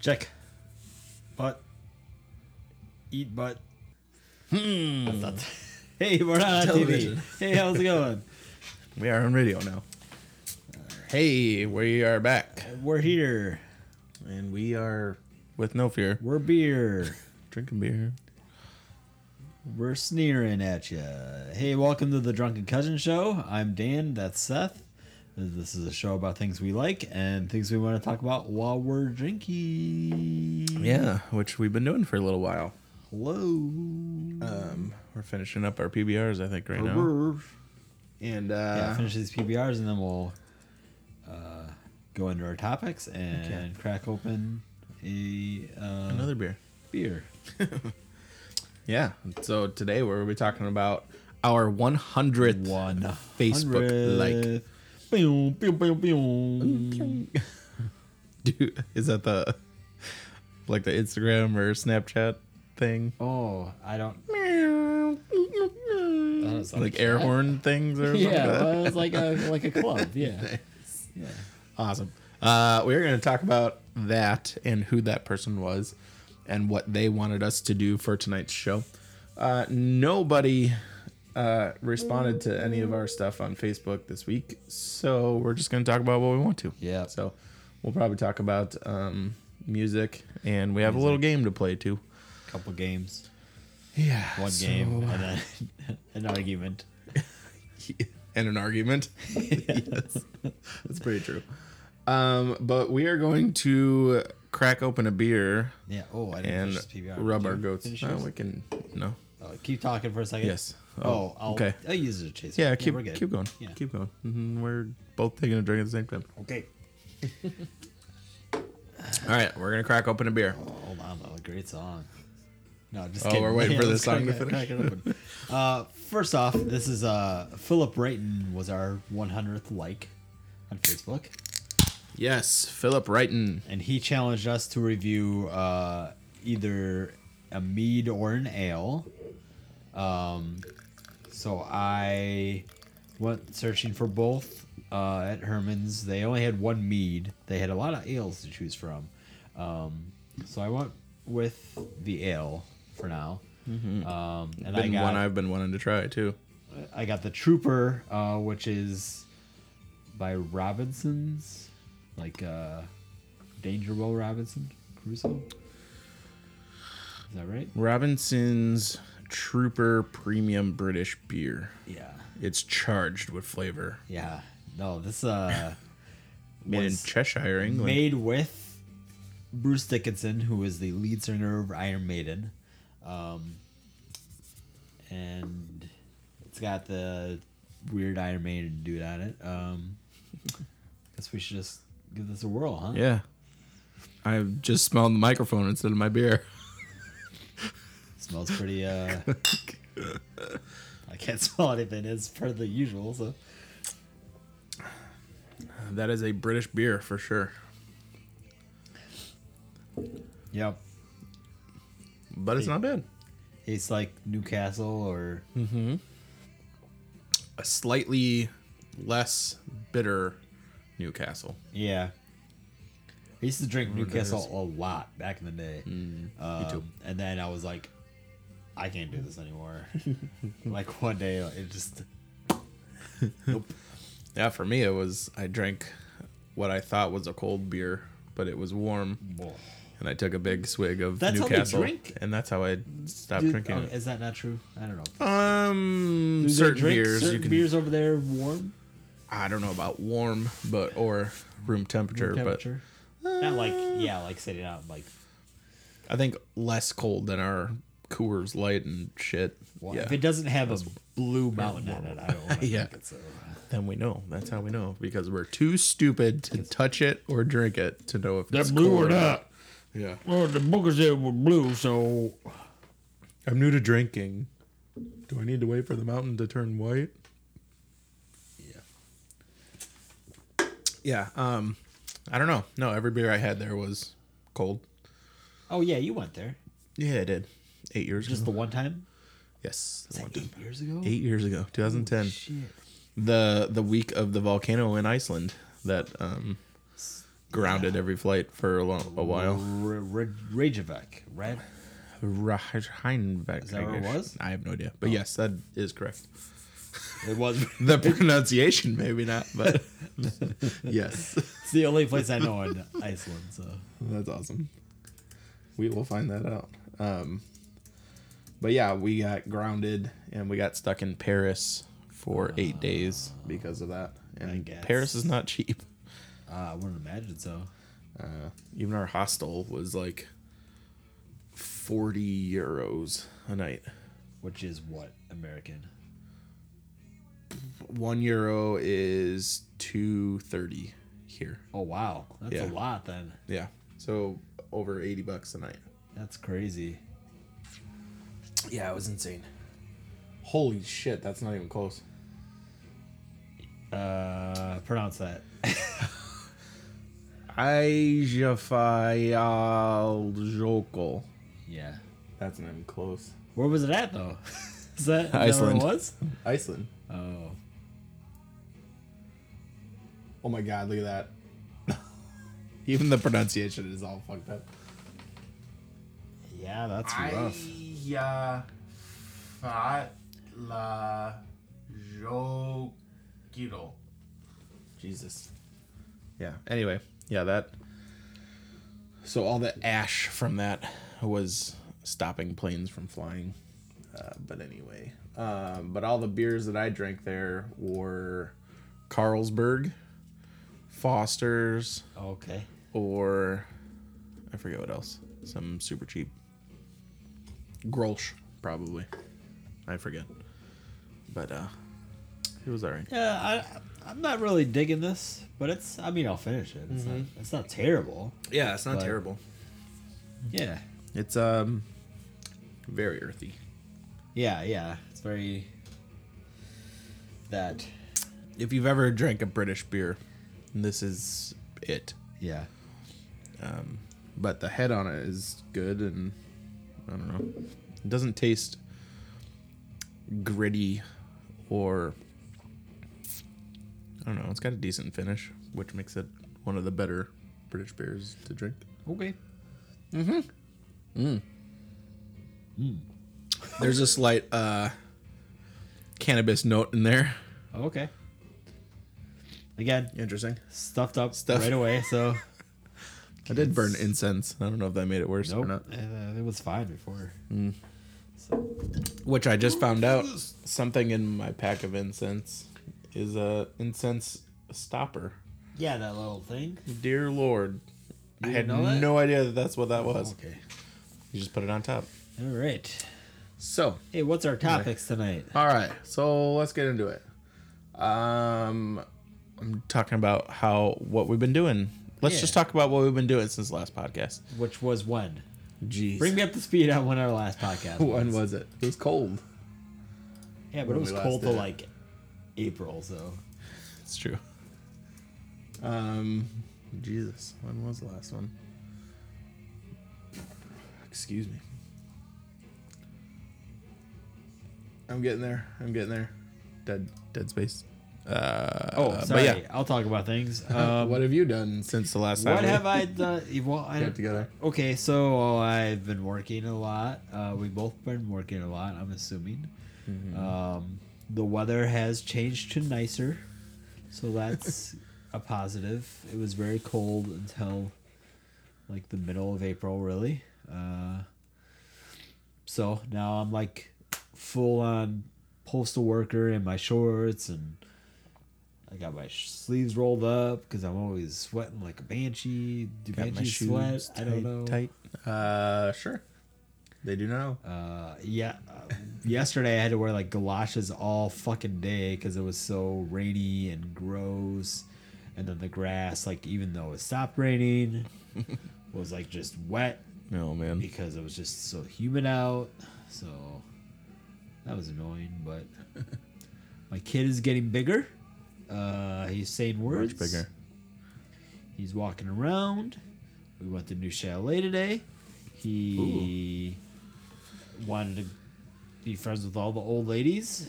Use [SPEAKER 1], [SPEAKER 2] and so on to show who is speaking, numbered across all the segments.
[SPEAKER 1] Check. Butt. Eat butt. Hmm.
[SPEAKER 2] That's not-
[SPEAKER 1] Hey, we're not on TV.
[SPEAKER 2] Television.
[SPEAKER 1] Hey, how's it going?
[SPEAKER 2] we are on radio now. Hey, we are back.
[SPEAKER 1] We're here.
[SPEAKER 2] And we are with no fear.
[SPEAKER 1] We're beer.
[SPEAKER 2] Drinking beer.
[SPEAKER 1] We're sneering at you. Hey, welcome to the Drunken Cousin Show. I'm Dan. That's Seth. This is a show about things we like and things we want to talk about while we're drinking.
[SPEAKER 2] Yeah, which we've been doing for a little while.
[SPEAKER 1] Hello.
[SPEAKER 2] Um, we're finishing up our PBRs, I think, right now.
[SPEAKER 1] Brr.
[SPEAKER 2] And uh,
[SPEAKER 1] yeah, finish these PBRs and then we'll uh, go into our topics and crack open a uh,
[SPEAKER 2] another beer.
[SPEAKER 1] beer.
[SPEAKER 2] Yeah. So today we're gonna be talking about our 100th
[SPEAKER 1] One
[SPEAKER 2] Facebook like.
[SPEAKER 1] Boom, boom, boom, boom.
[SPEAKER 2] Dude, is that the like the Instagram or Snapchat thing?
[SPEAKER 1] Oh, I don't. was
[SPEAKER 2] like
[SPEAKER 1] like
[SPEAKER 2] air
[SPEAKER 1] that.
[SPEAKER 2] horn things or something
[SPEAKER 1] Yeah,
[SPEAKER 2] like that.
[SPEAKER 1] well, it's like a like a club. Yeah, yeah.
[SPEAKER 2] Awesome. Uh, we're going to talk about that and who that person was and what they wanted us to do for tonight's show. Uh, nobody uh, responded to any of our stuff on Facebook this week, so we're just going to talk about what we want to.
[SPEAKER 1] Yeah.
[SPEAKER 2] So we'll probably talk about um, music, and we have a little game to play too.
[SPEAKER 1] Couple games,
[SPEAKER 2] Yeah.
[SPEAKER 1] one game, and then an argument.
[SPEAKER 2] and an argument. yes. That's pretty true. Um, but we are going to crack open a beer
[SPEAKER 1] Yeah. Oh, I didn't
[SPEAKER 2] and
[SPEAKER 1] finish this PBR.
[SPEAKER 2] rub
[SPEAKER 1] Did
[SPEAKER 2] our
[SPEAKER 1] you
[SPEAKER 2] goats.
[SPEAKER 1] finish
[SPEAKER 2] Oh,
[SPEAKER 1] yours?
[SPEAKER 2] we can no.
[SPEAKER 1] Oh, keep talking for a second.
[SPEAKER 2] Yes.
[SPEAKER 1] Oh,
[SPEAKER 2] Oh,
[SPEAKER 1] I'll,
[SPEAKER 2] okay.
[SPEAKER 1] I'll use it as a chaser.
[SPEAKER 2] Yeah, keep
[SPEAKER 1] we're good.
[SPEAKER 2] keep going.
[SPEAKER 1] Yeah.
[SPEAKER 2] Keep going. Mhm, We're both taking a drink at the same time.
[SPEAKER 1] Okay.
[SPEAKER 2] All right, we're gonna crack open a beer.
[SPEAKER 1] Hold on, though. Great song. No, just
[SPEAKER 2] Oh,
[SPEAKER 1] kidding.
[SPEAKER 2] we're waiting for
[SPEAKER 1] let's
[SPEAKER 2] the song
[SPEAKER 1] crack
[SPEAKER 2] to
[SPEAKER 1] it- crack it open. uh, first off, this is uh, Philip Rayton was our 100th like on Facebook,
[SPEAKER 2] Yes, Philip Wrighton.
[SPEAKER 1] and he challenged us to review uh, either a mead or an ale. Um, so I went searching for both uh, at Herman's. They only had one mead. They had a lot of ales to choose from. Um, so I went with the ale for now. Um, and I
[SPEAKER 2] Mm-hmm. Been
[SPEAKER 1] got
[SPEAKER 2] one I've been wanting to try too.
[SPEAKER 1] I got the Trooper, uh, which is by Robinsons, like uh, Danger Will Robinson Crusoe. Is that right?
[SPEAKER 2] Robinson's Trooper Premium British Beer.
[SPEAKER 1] Yeah.
[SPEAKER 2] It's charged with flavor.
[SPEAKER 1] Yeah. No, this uh.
[SPEAKER 2] Made in
[SPEAKER 1] was-
[SPEAKER 2] Cheshire, England.
[SPEAKER 1] made with Bruce Dickinson, who is the lead singer of Iron Maiden, um, and it's got the weird Iron Maiden dude on it. Um, guess we should just give this a whirl, huh?
[SPEAKER 2] Yeah. I just smelled the microphone instead of my beer.
[SPEAKER 1] smells pretty. Uh, I can't smell anything as per the usual. So
[SPEAKER 2] That is a British beer for sure.
[SPEAKER 1] yep,
[SPEAKER 2] But it's not bad.
[SPEAKER 1] tastes like Newcastle or
[SPEAKER 2] A slightly less bitter Newcastle.
[SPEAKER 1] Yeah. I used to drink Newcastle
[SPEAKER 2] there's-
[SPEAKER 1] a lot back in the day. Um,
[SPEAKER 2] too.
[SPEAKER 1] And then I was like, I can't do this anymore. like one day, like, it just.
[SPEAKER 2] Yeah, for me it was I drank what I thought was a cold beer, but it was warm and I took a big swig of
[SPEAKER 1] That's how they
[SPEAKER 2] Newcastle.
[SPEAKER 1] drink?
[SPEAKER 2] And that's how I stopped
[SPEAKER 1] Dude,
[SPEAKER 2] drinking
[SPEAKER 1] oh,
[SPEAKER 2] it.
[SPEAKER 1] is that not true? I don't know.
[SPEAKER 2] Um
[SPEAKER 1] Do they
[SPEAKER 2] certain
[SPEAKER 1] drink
[SPEAKER 2] beers
[SPEAKER 1] certain
[SPEAKER 2] you can
[SPEAKER 1] beers over there warm
[SPEAKER 2] I don't know about warm but or room temperature,
[SPEAKER 1] temperature. not like yeah, like sitting out like
[SPEAKER 2] but I think less cold than our Coors Light and shit.
[SPEAKER 1] well, if it doesn't have a blue mountain on it, I don't want to
[SPEAKER 2] Yeah.
[SPEAKER 1] drink it. So uh,
[SPEAKER 2] Then we know. That's how we know because we're too stupid to touch it or drink it to know if it's cool Yeah.
[SPEAKER 1] Well, the bookers there were blue, so
[SPEAKER 2] I'm new to drinking. Do I need to wait for the mountain to turn white?
[SPEAKER 1] yeah.
[SPEAKER 2] Yeah. Um, I don't know. No, every beer I had there was cold.
[SPEAKER 1] Oh yeah, you went there
[SPEAKER 2] Yeah, I did. Eight years
[SPEAKER 1] just
[SPEAKER 2] ago.
[SPEAKER 1] the one time.
[SPEAKER 2] yes.
[SPEAKER 1] Was that eight years ago?
[SPEAKER 2] Eight years ago, 2010.
[SPEAKER 1] Shit.
[SPEAKER 2] The the week of the volcano in Iceland that um grounded every flight for a, lo- a
[SPEAKER 1] R-
[SPEAKER 2] while.
[SPEAKER 1] R- Reykjavik, right?
[SPEAKER 2] Reinbeck. Is
[SPEAKER 1] that what it was? Oh.
[SPEAKER 2] I have no idea. But yes, that is correct.
[SPEAKER 1] It was.
[SPEAKER 2] The pronunciation, maybe not, but yes.
[SPEAKER 1] It's the only place I know in Iceland. So
[SPEAKER 2] That's awesome. We will find that out. Um, but yeah, we got grounded and we got stuck in Paris for eight days because of that. And
[SPEAKER 1] Ah. guess.
[SPEAKER 2] Paris is not cheap.
[SPEAKER 1] uh, I wouldn't imagine so.
[SPEAKER 2] Uh, even our hostel was like 40 euros a night.
[SPEAKER 1] Which is what American.
[SPEAKER 2] One euro is 230 here.
[SPEAKER 1] Oh wow, that's
[SPEAKER 2] Yeah.
[SPEAKER 1] a lot. Then
[SPEAKER 2] Yeah. So over 80 bucks a night.
[SPEAKER 1] that's crazy.
[SPEAKER 2] Yeah, it was insane. Holy shit, that's not even close.
[SPEAKER 1] Uh, pronounce that.
[SPEAKER 2] Ajafayaljokl.
[SPEAKER 1] Yeah.
[SPEAKER 2] That's not even close.
[SPEAKER 1] Where was it at though? Is that, is that
[SPEAKER 2] Iceland.
[SPEAKER 1] where it was?
[SPEAKER 2] Iceland.
[SPEAKER 1] Oh,
[SPEAKER 2] Oh my god, look at that. even the pronunciation is all fucked up.
[SPEAKER 1] yeah, that's rough.
[SPEAKER 3] Ajafatlajokidl.
[SPEAKER 2] Jesus. Yeah. Anyway, yeah, that. So all the ash from that was stopping planes from flying. Uh, but anyway, um, but all the beers that I drank there were Carlsberg, Foster's,
[SPEAKER 1] Okay.
[SPEAKER 2] or I forget what else. Some super cheap. Grolsch, probably. I forget. But uh it was alright.
[SPEAKER 1] Yeah, I, I'm not really digging this, but it's. I mean, I'll finish it. It's not. It's not terrible.
[SPEAKER 2] Yeah, it's not
[SPEAKER 1] But-
[SPEAKER 2] terrible.
[SPEAKER 1] Yeah.
[SPEAKER 2] It's um very earthy.
[SPEAKER 1] Yeah. Yeah. It's very. That.
[SPEAKER 2] If you've ever drank a British beer, this is it.
[SPEAKER 1] Yeah.
[SPEAKER 2] Um, But the head on it is good and I don't know. It doesn't taste gritty or I don't know, it's got a decent finish, which makes it one of the better British beers to drink.
[SPEAKER 1] Okay.
[SPEAKER 2] There's a slight uh cannabis note in there.
[SPEAKER 1] Okay. Again,
[SPEAKER 2] Interesting.
[SPEAKER 1] stuffed up
[SPEAKER 2] Stuff-
[SPEAKER 1] right away. So.
[SPEAKER 2] I did burn incense. I don't know if that made it worse
[SPEAKER 1] nope.
[SPEAKER 2] or not.
[SPEAKER 1] Uh, it was fine before.
[SPEAKER 2] Which I just found out something in my pack of incense is a incense stopper.
[SPEAKER 1] Yeah, that little thing.
[SPEAKER 2] Dear Lord, I
[SPEAKER 1] You
[SPEAKER 2] had
[SPEAKER 1] know that?
[SPEAKER 2] no idea that that's what that was.
[SPEAKER 1] Okay.
[SPEAKER 2] You just put it on top.
[SPEAKER 1] All right.
[SPEAKER 2] So,
[SPEAKER 1] Hey, what's our topics tonight?
[SPEAKER 2] all right. So let's get into it. Um, I'm talking about how what we've been doing. Let's
[SPEAKER 1] Yeah.
[SPEAKER 2] just talk about what we've been doing since the last podcast.
[SPEAKER 1] Which was when?
[SPEAKER 2] Jeez,
[SPEAKER 1] Bring me up to speed on when our last podcast.
[SPEAKER 2] when was it? It was cold.
[SPEAKER 1] Yeah, but
[SPEAKER 2] when
[SPEAKER 1] it was
[SPEAKER 2] we last
[SPEAKER 1] cold till
[SPEAKER 2] did it.
[SPEAKER 1] like April, so
[SPEAKER 2] It's true. Um, Jesus, when was the last one? Excuse me. I'm getting there. I'm getting there. Dead, dead space. Uh,
[SPEAKER 1] Oh,
[SPEAKER 2] but
[SPEAKER 1] sorry.
[SPEAKER 2] yeah. Uh,
[SPEAKER 1] I'll talk about things. Um,
[SPEAKER 2] what have you done since the last time?
[SPEAKER 1] what
[SPEAKER 2] we
[SPEAKER 1] have I done? Well, I
[SPEAKER 2] got
[SPEAKER 1] don't,
[SPEAKER 2] together?
[SPEAKER 1] okay, so I've been working a lot. Uh, we've both been working a lot. I'm assuming. Um, the weather has changed to nicer, so that's a positive. It was very cold until like the middle of April, really. Uh, so now I'm like full on postal worker in my shorts and I got my sh- sleeves rolled up because I'm always sweating like a banshee. Do
[SPEAKER 2] Got my
[SPEAKER 1] banshees
[SPEAKER 2] shoes
[SPEAKER 1] sweat? I don't
[SPEAKER 2] tight-
[SPEAKER 1] know.
[SPEAKER 2] Tight. Uh, sure. They do now.
[SPEAKER 1] Uh, yeah. uh, yesterday I had to wear like galoshes all fucking day because it was so rainy and gross. And then the grass, like even though it stopped raining, was like just wet
[SPEAKER 2] No man.
[SPEAKER 1] because it was just so humid out. So that was annoying. But my kid is getting bigger. Uh, he's saying words.
[SPEAKER 2] Much bigger.
[SPEAKER 1] He's walking around. We went to New Chalet today. He wanted to be friends with all the old ladies.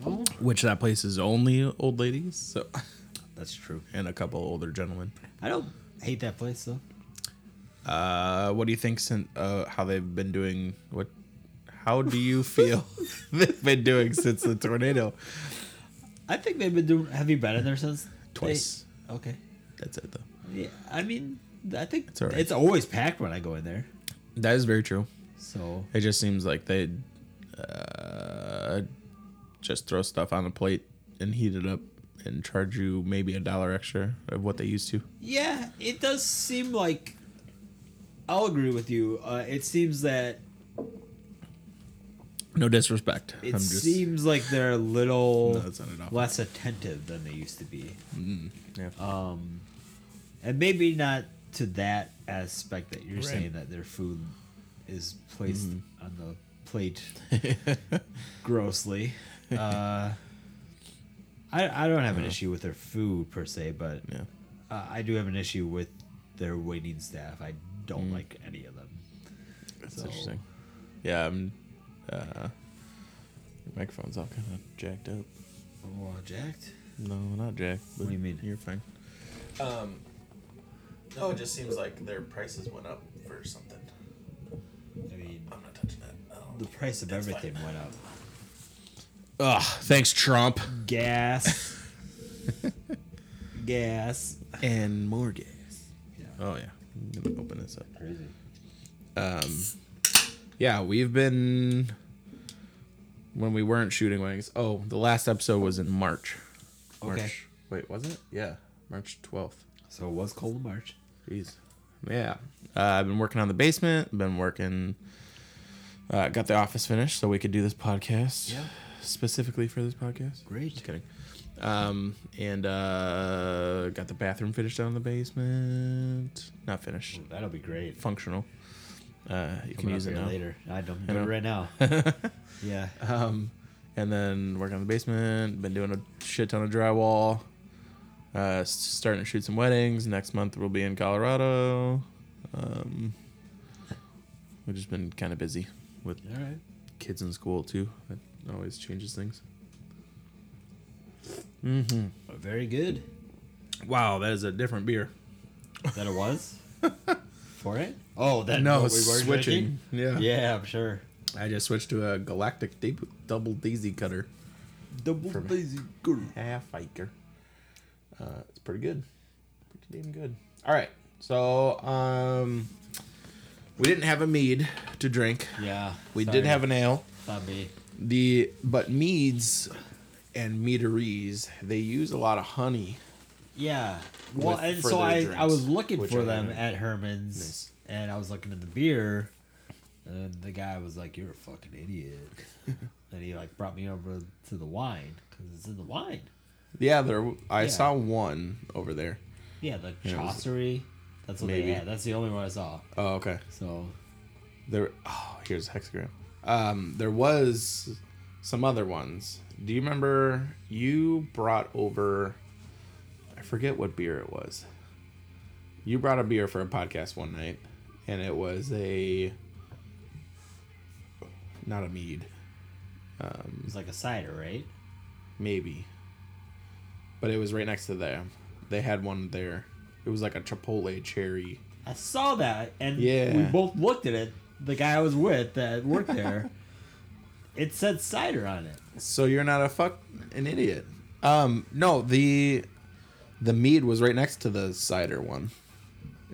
[SPEAKER 1] I don't know.
[SPEAKER 2] Which that place is only old ladies. So
[SPEAKER 1] That's true.
[SPEAKER 2] and a couple older gentlemen.
[SPEAKER 1] I don't hate that place though.
[SPEAKER 2] Uh, what do you think since uh, how they've been doing? What? How do you feel they've been doing since the tornado?
[SPEAKER 1] I think they've been doing. Have you been in there since?
[SPEAKER 2] Twice.
[SPEAKER 1] They- okay.
[SPEAKER 2] That's it though.
[SPEAKER 1] Yeah, I mean, I think it's,
[SPEAKER 2] all right.
[SPEAKER 1] always packed when I go in there.
[SPEAKER 2] That is very true.
[SPEAKER 1] So
[SPEAKER 2] It just seems like they uh, just throw stuff on a plate and heat it up and charge you maybe a dollar extra of what they used to.
[SPEAKER 1] yeah, it does seem like. I'll agree with you. Uh, it seems that
[SPEAKER 2] No disrespect.
[SPEAKER 1] it seems like they're a little
[SPEAKER 2] No, that's not enough. Mm-hmm.
[SPEAKER 1] less attentive than they used to be, Um,
[SPEAKER 2] yeah.
[SPEAKER 1] and maybe not to that aspect that you're
[SPEAKER 2] Right. Mm-hmm.
[SPEAKER 1] saying that their food is placed on the plate grossly. Uh, I I don't have an issue with their food per se, but
[SPEAKER 2] yeah.
[SPEAKER 1] Uh, I do have an issue with their waiting staff. I don't
[SPEAKER 2] Mm.
[SPEAKER 1] like any of them.
[SPEAKER 2] That's
[SPEAKER 1] So-
[SPEAKER 2] interesting. Yeah, I'm. Uh, your microphone's all kind of jacked up.
[SPEAKER 1] Oh, jacked.
[SPEAKER 2] No, not jacked.
[SPEAKER 1] What do you mean?
[SPEAKER 2] You're fine. Um. No, it just seems like their prices went up for something.
[SPEAKER 1] I mean,
[SPEAKER 2] I'm not touching that.
[SPEAKER 1] the price of everything went up.
[SPEAKER 2] Ugh. Thanks, Trump.
[SPEAKER 1] Gas. Gas.
[SPEAKER 2] And more
[SPEAKER 1] Yeah.
[SPEAKER 2] Oh yeah. I'm gonna open this up.
[SPEAKER 1] Crazy.
[SPEAKER 2] um yeah we've been when we weren't shooting wings oh the last episode was in march march
[SPEAKER 1] Okay.
[SPEAKER 2] wait was it yeah march 12th
[SPEAKER 1] So it was cold in March.
[SPEAKER 2] jeez yeah uh, i've been working on the basement been working uh, got the office finished so we could do this podcast
[SPEAKER 1] Yeah.
[SPEAKER 2] specifically for this podcast
[SPEAKER 1] Great.
[SPEAKER 2] just kidding um and uh got the bathroom finished down in the basement not finished
[SPEAKER 1] That'll be great.
[SPEAKER 2] functional uh you can
[SPEAKER 1] Coming up
[SPEAKER 2] use it
[SPEAKER 1] here
[SPEAKER 2] now
[SPEAKER 1] later. I don't
[SPEAKER 2] I
[SPEAKER 1] do it
[SPEAKER 2] know.
[SPEAKER 1] right now. yeah.
[SPEAKER 2] Um, and then working on the basement. Been doing a shit ton of drywall. Uh, s- starting to shoot some weddings. Next month we'll be in Colorado. Um, we've just been kind of busy with
[SPEAKER 1] All right.
[SPEAKER 2] kids in school too. That always changes things. Mm-hmm.
[SPEAKER 1] Very good.
[SPEAKER 2] Wow, that is a different beer.
[SPEAKER 1] That it was. For it? Oh, that
[SPEAKER 2] No,
[SPEAKER 1] what
[SPEAKER 2] switching.
[SPEAKER 1] drinking?
[SPEAKER 2] Yeah.
[SPEAKER 1] Yeah, I'm sure.
[SPEAKER 2] I just switched to a Galactic Deep Double Daisy Cutter.
[SPEAKER 1] Double
[SPEAKER 2] For me.
[SPEAKER 1] daisy girl.
[SPEAKER 2] half hiker. Uh, it's pretty good. Pretty damn good. All right. So, um, we didn't have a mead to drink.
[SPEAKER 1] Yeah.
[SPEAKER 2] We
[SPEAKER 1] sorry.
[SPEAKER 2] did have an ale.
[SPEAKER 1] That'd be-
[SPEAKER 2] The but meads and meaderies, they use a lot of honey.
[SPEAKER 1] Yeah. Well,
[SPEAKER 2] with
[SPEAKER 1] and
[SPEAKER 2] further
[SPEAKER 1] so I, I was
[SPEAKER 2] drinks,
[SPEAKER 1] looking
[SPEAKER 2] which
[SPEAKER 1] for
[SPEAKER 2] are
[SPEAKER 1] them
[SPEAKER 2] gonna-
[SPEAKER 1] at Herman's,
[SPEAKER 2] Nice.
[SPEAKER 1] and I was looking at the beer, and the guy was like, "You're a fucking idiot," and he like brought me over to the wine because it's in the wine.
[SPEAKER 2] Yeah, there I
[SPEAKER 1] Yeah.
[SPEAKER 2] saw one over there.
[SPEAKER 1] Yeah, the
[SPEAKER 2] Yeah, it was-
[SPEAKER 1] Chaucery. That's what
[SPEAKER 2] Maybe.
[SPEAKER 1] they had. That's the only one I saw.
[SPEAKER 2] Oh, okay.
[SPEAKER 1] So
[SPEAKER 2] There oh, here's a hexagram. Um, there was some other ones. Do you remember you brought over I forget what beer it was. You brought a beer for a podcast one night and it was a not a mead,
[SPEAKER 1] it was like a cider, right?
[SPEAKER 2] maybe. But it was right next to them. They had one there. It was like a Chipotle cherry.
[SPEAKER 1] I saw that, and
[SPEAKER 2] Yeah.
[SPEAKER 1] we both looked at it. The guy I was with that worked there, it said cider on it.
[SPEAKER 2] So you're not a fuck an idiot. Um, no, the the mead was right next to the cider one.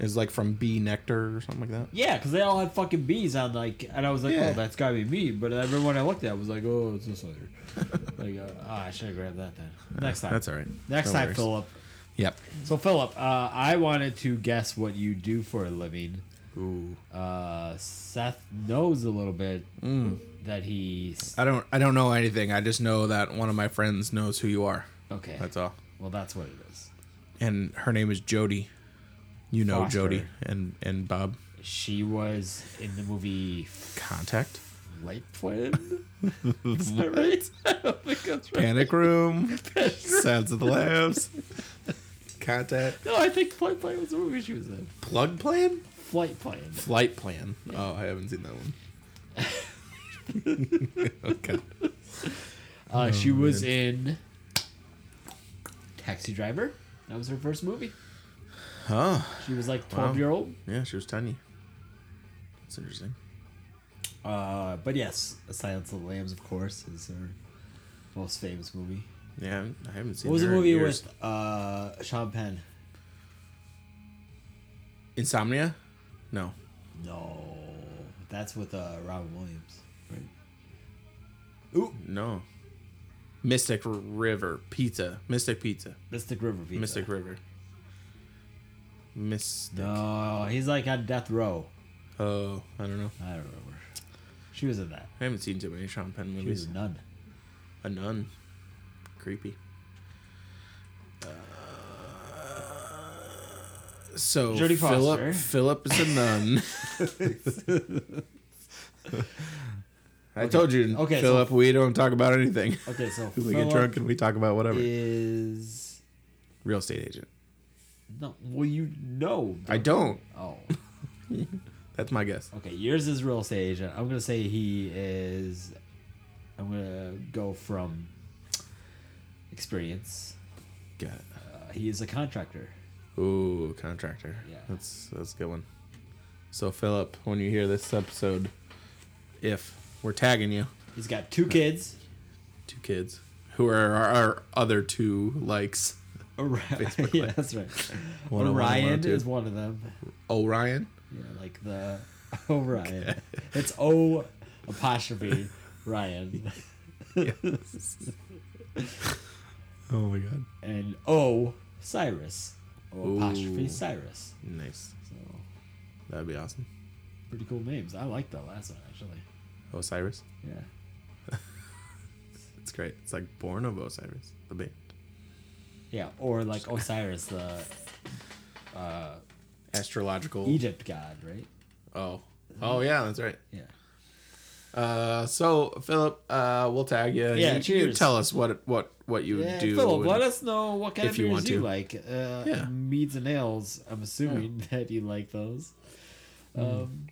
[SPEAKER 2] It's like from bee nectar or something like that.
[SPEAKER 1] Yeah, because they all had fucking bees on, like, and I was like,
[SPEAKER 2] Yeah.
[SPEAKER 1] oh, that's gotta be me. But everyone I looked at was like, oh, it's this other. like, uh, oh, I should have grabbed that then. Next time.
[SPEAKER 2] all right.
[SPEAKER 1] Next time, Philip.
[SPEAKER 2] Yep.
[SPEAKER 1] So, Philip, uh, I wanted to guess what you do for a living.
[SPEAKER 2] Ooh.
[SPEAKER 1] Uh, Seth knows a little bit
[SPEAKER 2] Mm.
[SPEAKER 1] that he.
[SPEAKER 2] I don't. I don't know anything. I just know that one of my friends knows who you are.
[SPEAKER 1] Okay.
[SPEAKER 2] That's all.
[SPEAKER 1] well, that's what it is.
[SPEAKER 2] And her name is Jody. You know
[SPEAKER 1] Foster.
[SPEAKER 2] Jody and and Bob.
[SPEAKER 1] She was in the movie
[SPEAKER 2] Contact.
[SPEAKER 1] Flight Plan. is that right? I don't think that's right.
[SPEAKER 2] Panic Room. Sounds of the Labs. Contact.
[SPEAKER 1] No, I think Flight Plan was the movie she was in.
[SPEAKER 2] Plug Plan.
[SPEAKER 1] Flight Plan.
[SPEAKER 2] Flight plan. Oh, I haven't seen that one. okay. Oh,
[SPEAKER 1] Uh, she was in Taxi Driver. That was her first movie.
[SPEAKER 2] Huh.
[SPEAKER 1] She was like 12 year old.
[SPEAKER 2] Yeah, she was tiny. That's interesting.
[SPEAKER 1] Uh, but yes, Silence of the Lambs, of course, is her most famous movie.
[SPEAKER 2] Yeah, I haven't- I haven't seen.
[SPEAKER 1] What was the
[SPEAKER 2] her in
[SPEAKER 1] movie
[SPEAKER 2] years.
[SPEAKER 1] with uh, Sean Penn?
[SPEAKER 2] Insomnia? No.
[SPEAKER 1] No, that's with uh, Robin Williams. Right? Ooh,
[SPEAKER 2] No. Mystic River Pizza. Mystic Pizza.
[SPEAKER 1] Mystic River Pizza.
[SPEAKER 2] Mystic River. Mystic.
[SPEAKER 1] No, he's like on death row.
[SPEAKER 2] Oh, I don't know.
[SPEAKER 1] I don't remember. She was in that.
[SPEAKER 2] I haven't seen too many Sean Penn
[SPEAKER 1] She was
[SPEAKER 2] movies.
[SPEAKER 1] a nun.
[SPEAKER 2] A nun. Creepy. Uh, so
[SPEAKER 1] Jodie Foster.
[SPEAKER 2] Philip Philip is a nun. I told you,
[SPEAKER 1] Okay, so-
[SPEAKER 2] Philip, we don't talk about anything.
[SPEAKER 1] Okay, so
[SPEAKER 2] we get drunk and we talk about whatever.
[SPEAKER 1] is
[SPEAKER 2] Real estate agent.
[SPEAKER 1] no. Well, you know.
[SPEAKER 2] I don't.
[SPEAKER 1] Oh,
[SPEAKER 2] That's my guess.
[SPEAKER 1] okay. Yours is real estate agent. I'm gonna say he is. I'm gonna go from experience.
[SPEAKER 2] Got it.
[SPEAKER 1] Uh, he is a contractor.
[SPEAKER 2] Ooh, contractor.
[SPEAKER 1] Yeah.
[SPEAKER 2] That's that's a good one. So Philip, when you hear this episode, if we're tagging you,
[SPEAKER 1] He's got two kids.
[SPEAKER 2] two kids who are our, our other two likes.
[SPEAKER 1] Orion, yeah, that's right.
[SPEAKER 2] One oh one and
[SPEAKER 1] Orion
[SPEAKER 2] 102.
[SPEAKER 1] is one of them.
[SPEAKER 2] Orion.
[SPEAKER 1] Yeah, like the Orion. It's O apostrophe Ryan
[SPEAKER 2] Oh my god.
[SPEAKER 1] and O Cyrus. O apostrophe
[SPEAKER 2] Ooh.
[SPEAKER 1] Cyrus.
[SPEAKER 2] Nice.
[SPEAKER 1] So
[SPEAKER 2] That'd be awesome.
[SPEAKER 1] pretty cool names. I like that last one actually.
[SPEAKER 2] Osiris.
[SPEAKER 1] Yeah.
[SPEAKER 2] It's great. It's like born of Osiris, the band.
[SPEAKER 1] Yeah, or like Osiris, the uh,
[SPEAKER 2] Astrological.
[SPEAKER 1] Egypt god, right?
[SPEAKER 2] Oh. Oh yeah, that's right.
[SPEAKER 1] Yeah.
[SPEAKER 2] Uh, so Philip, uh, we'll tag you.
[SPEAKER 1] Yeah,
[SPEAKER 2] You- you,
[SPEAKER 1] cheers.
[SPEAKER 2] tell us what what what you
[SPEAKER 1] Yeah,
[SPEAKER 2] do.
[SPEAKER 1] Philip,
[SPEAKER 2] and-
[SPEAKER 1] let us know what kind
[SPEAKER 2] if
[SPEAKER 1] of
[SPEAKER 2] you
[SPEAKER 1] beers you,
[SPEAKER 2] want to.
[SPEAKER 1] like. Uh,
[SPEAKER 2] Yeah.
[SPEAKER 1] Meads and ales. I'm assuming that you like those. Um,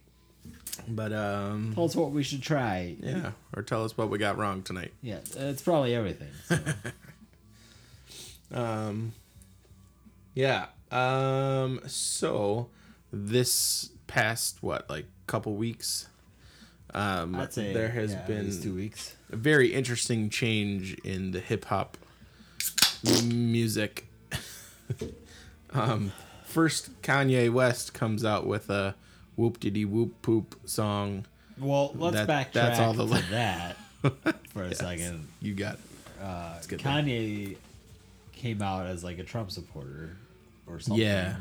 [SPEAKER 2] But um,
[SPEAKER 1] Tell us what we should try.
[SPEAKER 2] Yeah, or tell us what we got wrong tonight.
[SPEAKER 1] Yeah, it's probably everything. so.
[SPEAKER 2] Um, yeah. Um, so this past what like couple weeks, um,
[SPEAKER 1] I'd say
[SPEAKER 2] there has
[SPEAKER 1] yeah, at least two
[SPEAKER 2] been
[SPEAKER 1] weeks.
[SPEAKER 2] a very interesting change in the hip hop music. um, first Kanye West comes out with a whoop diddy whoop poop song.
[SPEAKER 1] Well, let's
[SPEAKER 2] That-
[SPEAKER 1] backtrack
[SPEAKER 2] that's all the
[SPEAKER 1] to
[SPEAKER 2] li-
[SPEAKER 1] that for a second.
[SPEAKER 2] You got it.
[SPEAKER 1] Uh,
[SPEAKER 2] good
[SPEAKER 1] Kanye came out as like a Trump supporter or something.
[SPEAKER 2] yeah,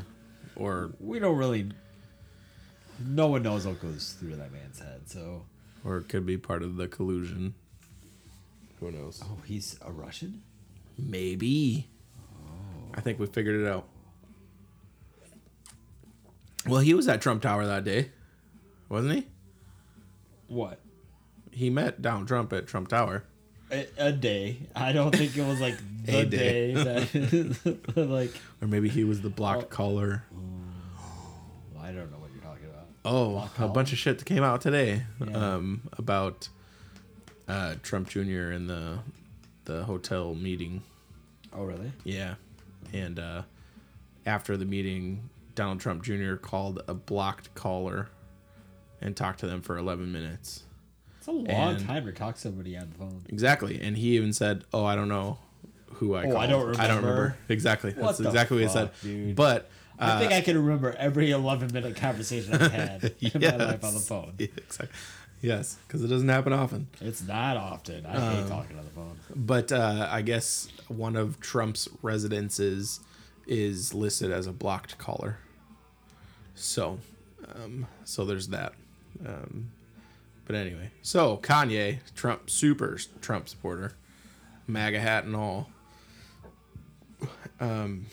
[SPEAKER 2] or
[SPEAKER 1] we don't really. No one knows what goes through that man's head. So,
[SPEAKER 2] or it could be part of the collusion. Who knows?
[SPEAKER 1] oh, he's a Russian.
[SPEAKER 2] Maybe. Oh. I think we figured it out. Well, he was at Trump Tower that day, wasn't he?
[SPEAKER 1] What?
[SPEAKER 2] He met Donald Trump at Trump Tower.
[SPEAKER 1] A, a day. I don't think it was like the
[SPEAKER 2] A
[SPEAKER 1] day.
[SPEAKER 2] day.
[SPEAKER 1] that like
[SPEAKER 2] Or maybe he was the blocked caller.
[SPEAKER 1] I don't know what you're talking about.
[SPEAKER 2] Oh, a
[SPEAKER 1] caller?
[SPEAKER 2] bunch of shit that came out today
[SPEAKER 1] Yeah.
[SPEAKER 2] um, about uh, Trump Jr. and the the hotel meeting.
[SPEAKER 1] Oh, really?
[SPEAKER 2] Yeah. And uh, after the meeting, Donald Trump Jr. called a blocked caller and talked to them for 11 minutes.
[SPEAKER 1] It's a long
[SPEAKER 2] And-
[SPEAKER 1] time to talk to somebody on the phone.
[SPEAKER 2] Exactly. And he even said, "Oh, I don't know who I
[SPEAKER 1] Oh,
[SPEAKER 2] called.
[SPEAKER 1] I don't remember.
[SPEAKER 2] Exactly. That's
[SPEAKER 1] the
[SPEAKER 2] exactly what he
[SPEAKER 1] fuck,
[SPEAKER 2] said.
[SPEAKER 1] dude?
[SPEAKER 2] But uh,
[SPEAKER 1] I think I can remember every 11 minute conversation I've had in my life on the
[SPEAKER 2] yes.
[SPEAKER 1] phone.
[SPEAKER 2] Yeah, exactly. Yes, because it doesn't happen often.
[SPEAKER 1] It's not often. I
[SPEAKER 2] Um,
[SPEAKER 1] hate talking on the phone.
[SPEAKER 2] But uh, I guess one of Trump's residences is listed as a blocked caller. So, um, so there's that. Um, but anyway, so Kanye, Trump, super Trump supporter, MAGA hat and all. Um,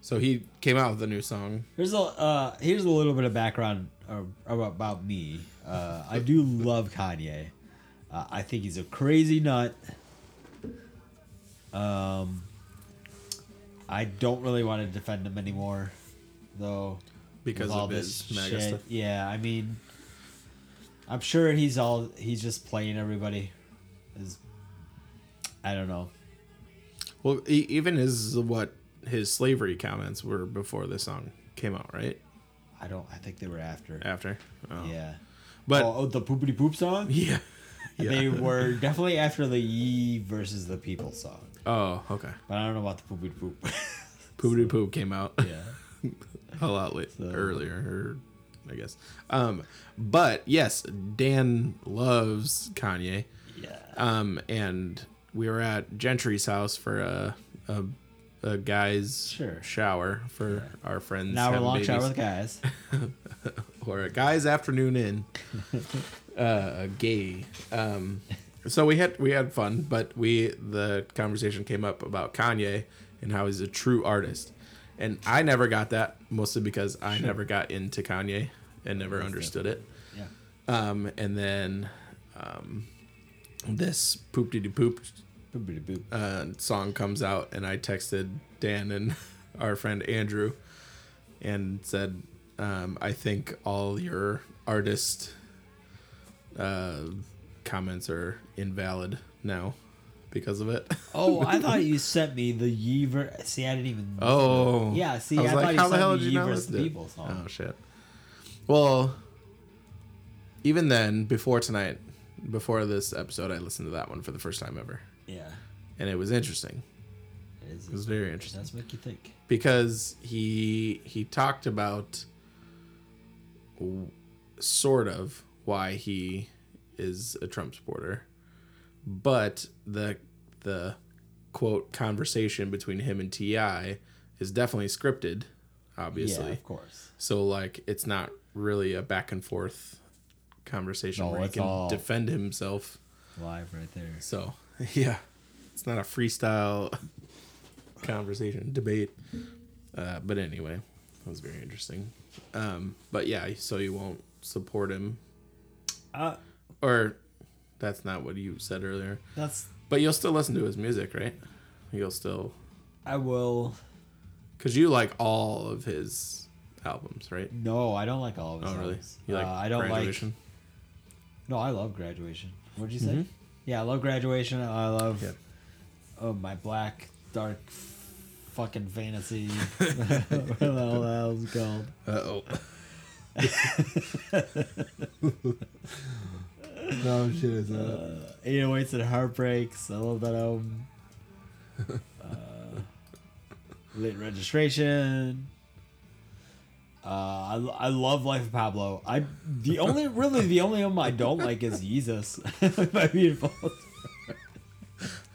[SPEAKER 2] so he came out with a new song.
[SPEAKER 1] Here's a uh, here's a little bit of background uh, about, about me. Uh, I do love Kanye. Uh, I think he's a crazy nut. Um, I don't really want to defend him anymore, though.
[SPEAKER 2] Because
[SPEAKER 1] with all
[SPEAKER 2] of his
[SPEAKER 1] this
[SPEAKER 2] MAGA
[SPEAKER 1] shit.
[SPEAKER 2] stuff.
[SPEAKER 1] Yeah, I mean, I'm sure he's all he's just playing everybody. Is I don't know.
[SPEAKER 2] Well, e- even his what his slavery comments were before this song came out, right?
[SPEAKER 1] I don't. I think they were after.
[SPEAKER 2] After. Oh.
[SPEAKER 1] Yeah.
[SPEAKER 2] But
[SPEAKER 1] oh, oh, the poopity poop song.
[SPEAKER 2] yeah. yeah.
[SPEAKER 1] They were definitely after the Ye versus the People song,
[SPEAKER 2] Oh, okay.
[SPEAKER 1] but I don't know about the poopity poop.
[SPEAKER 2] Poopity poop came out
[SPEAKER 1] yeah.
[SPEAKER 2] a lot late, earlier, or I guess. Um, but yes, Dan loves Kanye.
[SPEAKER 1] Yeah.
[SPEAKER 2] Um, and we were at Gentry's house for a a, a guy's
[SPEAKER 1] Sure.
[SPEAKER 2] shower for our friends.
[SPEAKER 1] An hour
[SPEAKER 2] having
[SPEAKER 1] long shower
[SPEAKER 2] babies.
[SPEAKER 1] with guys.
[SPEAKER 2] or a guy's afternoon in uh gay um so we had we had fun but we the conversation came up about kanye and how he's a true artist and i never got that mostly because i never got into kanye and never understood it
[SPEAKER 1] Yeah.
[SPEAKER 2] um and then um this poop de poop
[SPEAKER 1] Poopity poop.
[SPEAKER 2] uh, song comes out, and I texted Dan and our friend Andrew and said, um, I think all your artist uh, comments are invalid now because of it.
[SPEAKER 1] Oh, I thought you sent me the Ye ver- See, I didn't even.
[SPEAKER 2] Oh.
[SPEAKER 1] Yeah, see, I thought you said the Ye versus
[SPEAKER 2] listen to it?"
[SPEAKER 1] People song.
[SPEAKER 2] Oh, shit. Well, even then, before tonight, before this episode, I listened to that one for the first time ever.
[SPEAKER 1] Yeah.
[SPEAKER 2] And it was interesting.
[SPEAKER 1] It is.
[SPEAKER 2] It was very interesting.
[SPEAKER 1] That's what you think.
[SPEAKER 2] because he he talked about w- sort of why he is a Trump supporter, but the the quote conversation between him and Ti is definitely scripted, obviously.
[SPEAKER 1] Yeah, of course.
[SPEAKER 2] So like it's not really a back and forth conversation
[SPEAKER 1] No,
[SPEAKER 2] where he
[SPEAKER 1] it's
[SPEAKER 2] can
[SPEAKER 1] all-
[SPEAKER 2] defend himself.
[SPEAKER 1] Live right there.
[SPEAKER 2] So yeah, it's not a freestyle conversation debate. Uh, but anyway, that was very interesting. Um, but yeah, so you won't support him,
[SPEAKER 1] Uh,
[SPEAKER 2] or that's not what you said earlier.
[SPEAKER 1] that's.
[SPEAKER 2] But you'll still listen to his music, right? You'll still,
[SPEAKER 1] I will.
[SPEAKER 2] cause you like all of his albums, right?
[SPEAKER 1] No, I don't like all of his
[SPEAKER 2] Oh really?
[SPEAKER 1] songs.
[SPEAKER 2] You like
[SPEAKER 1] uh, I don't
[SPEAKER 2] graduation?
[SPEAKER 1] like. No, I love graduation. What'd you say? Yeah, I love graduation. I love.
[SPEAKER 2] Yeah.
[SPEAKER 1] Oh, my black dark. Fucking fantasy. what the hell that was called?
[SPEAKER 2] Uh oh.
[SPEAKER 1] No shit is uh, 808s and Heartbreaks. I love that album. uh, late registration. Uh, I, I love Life of Pablo. I the only really the only album I don't like is Jesus. My beautiful.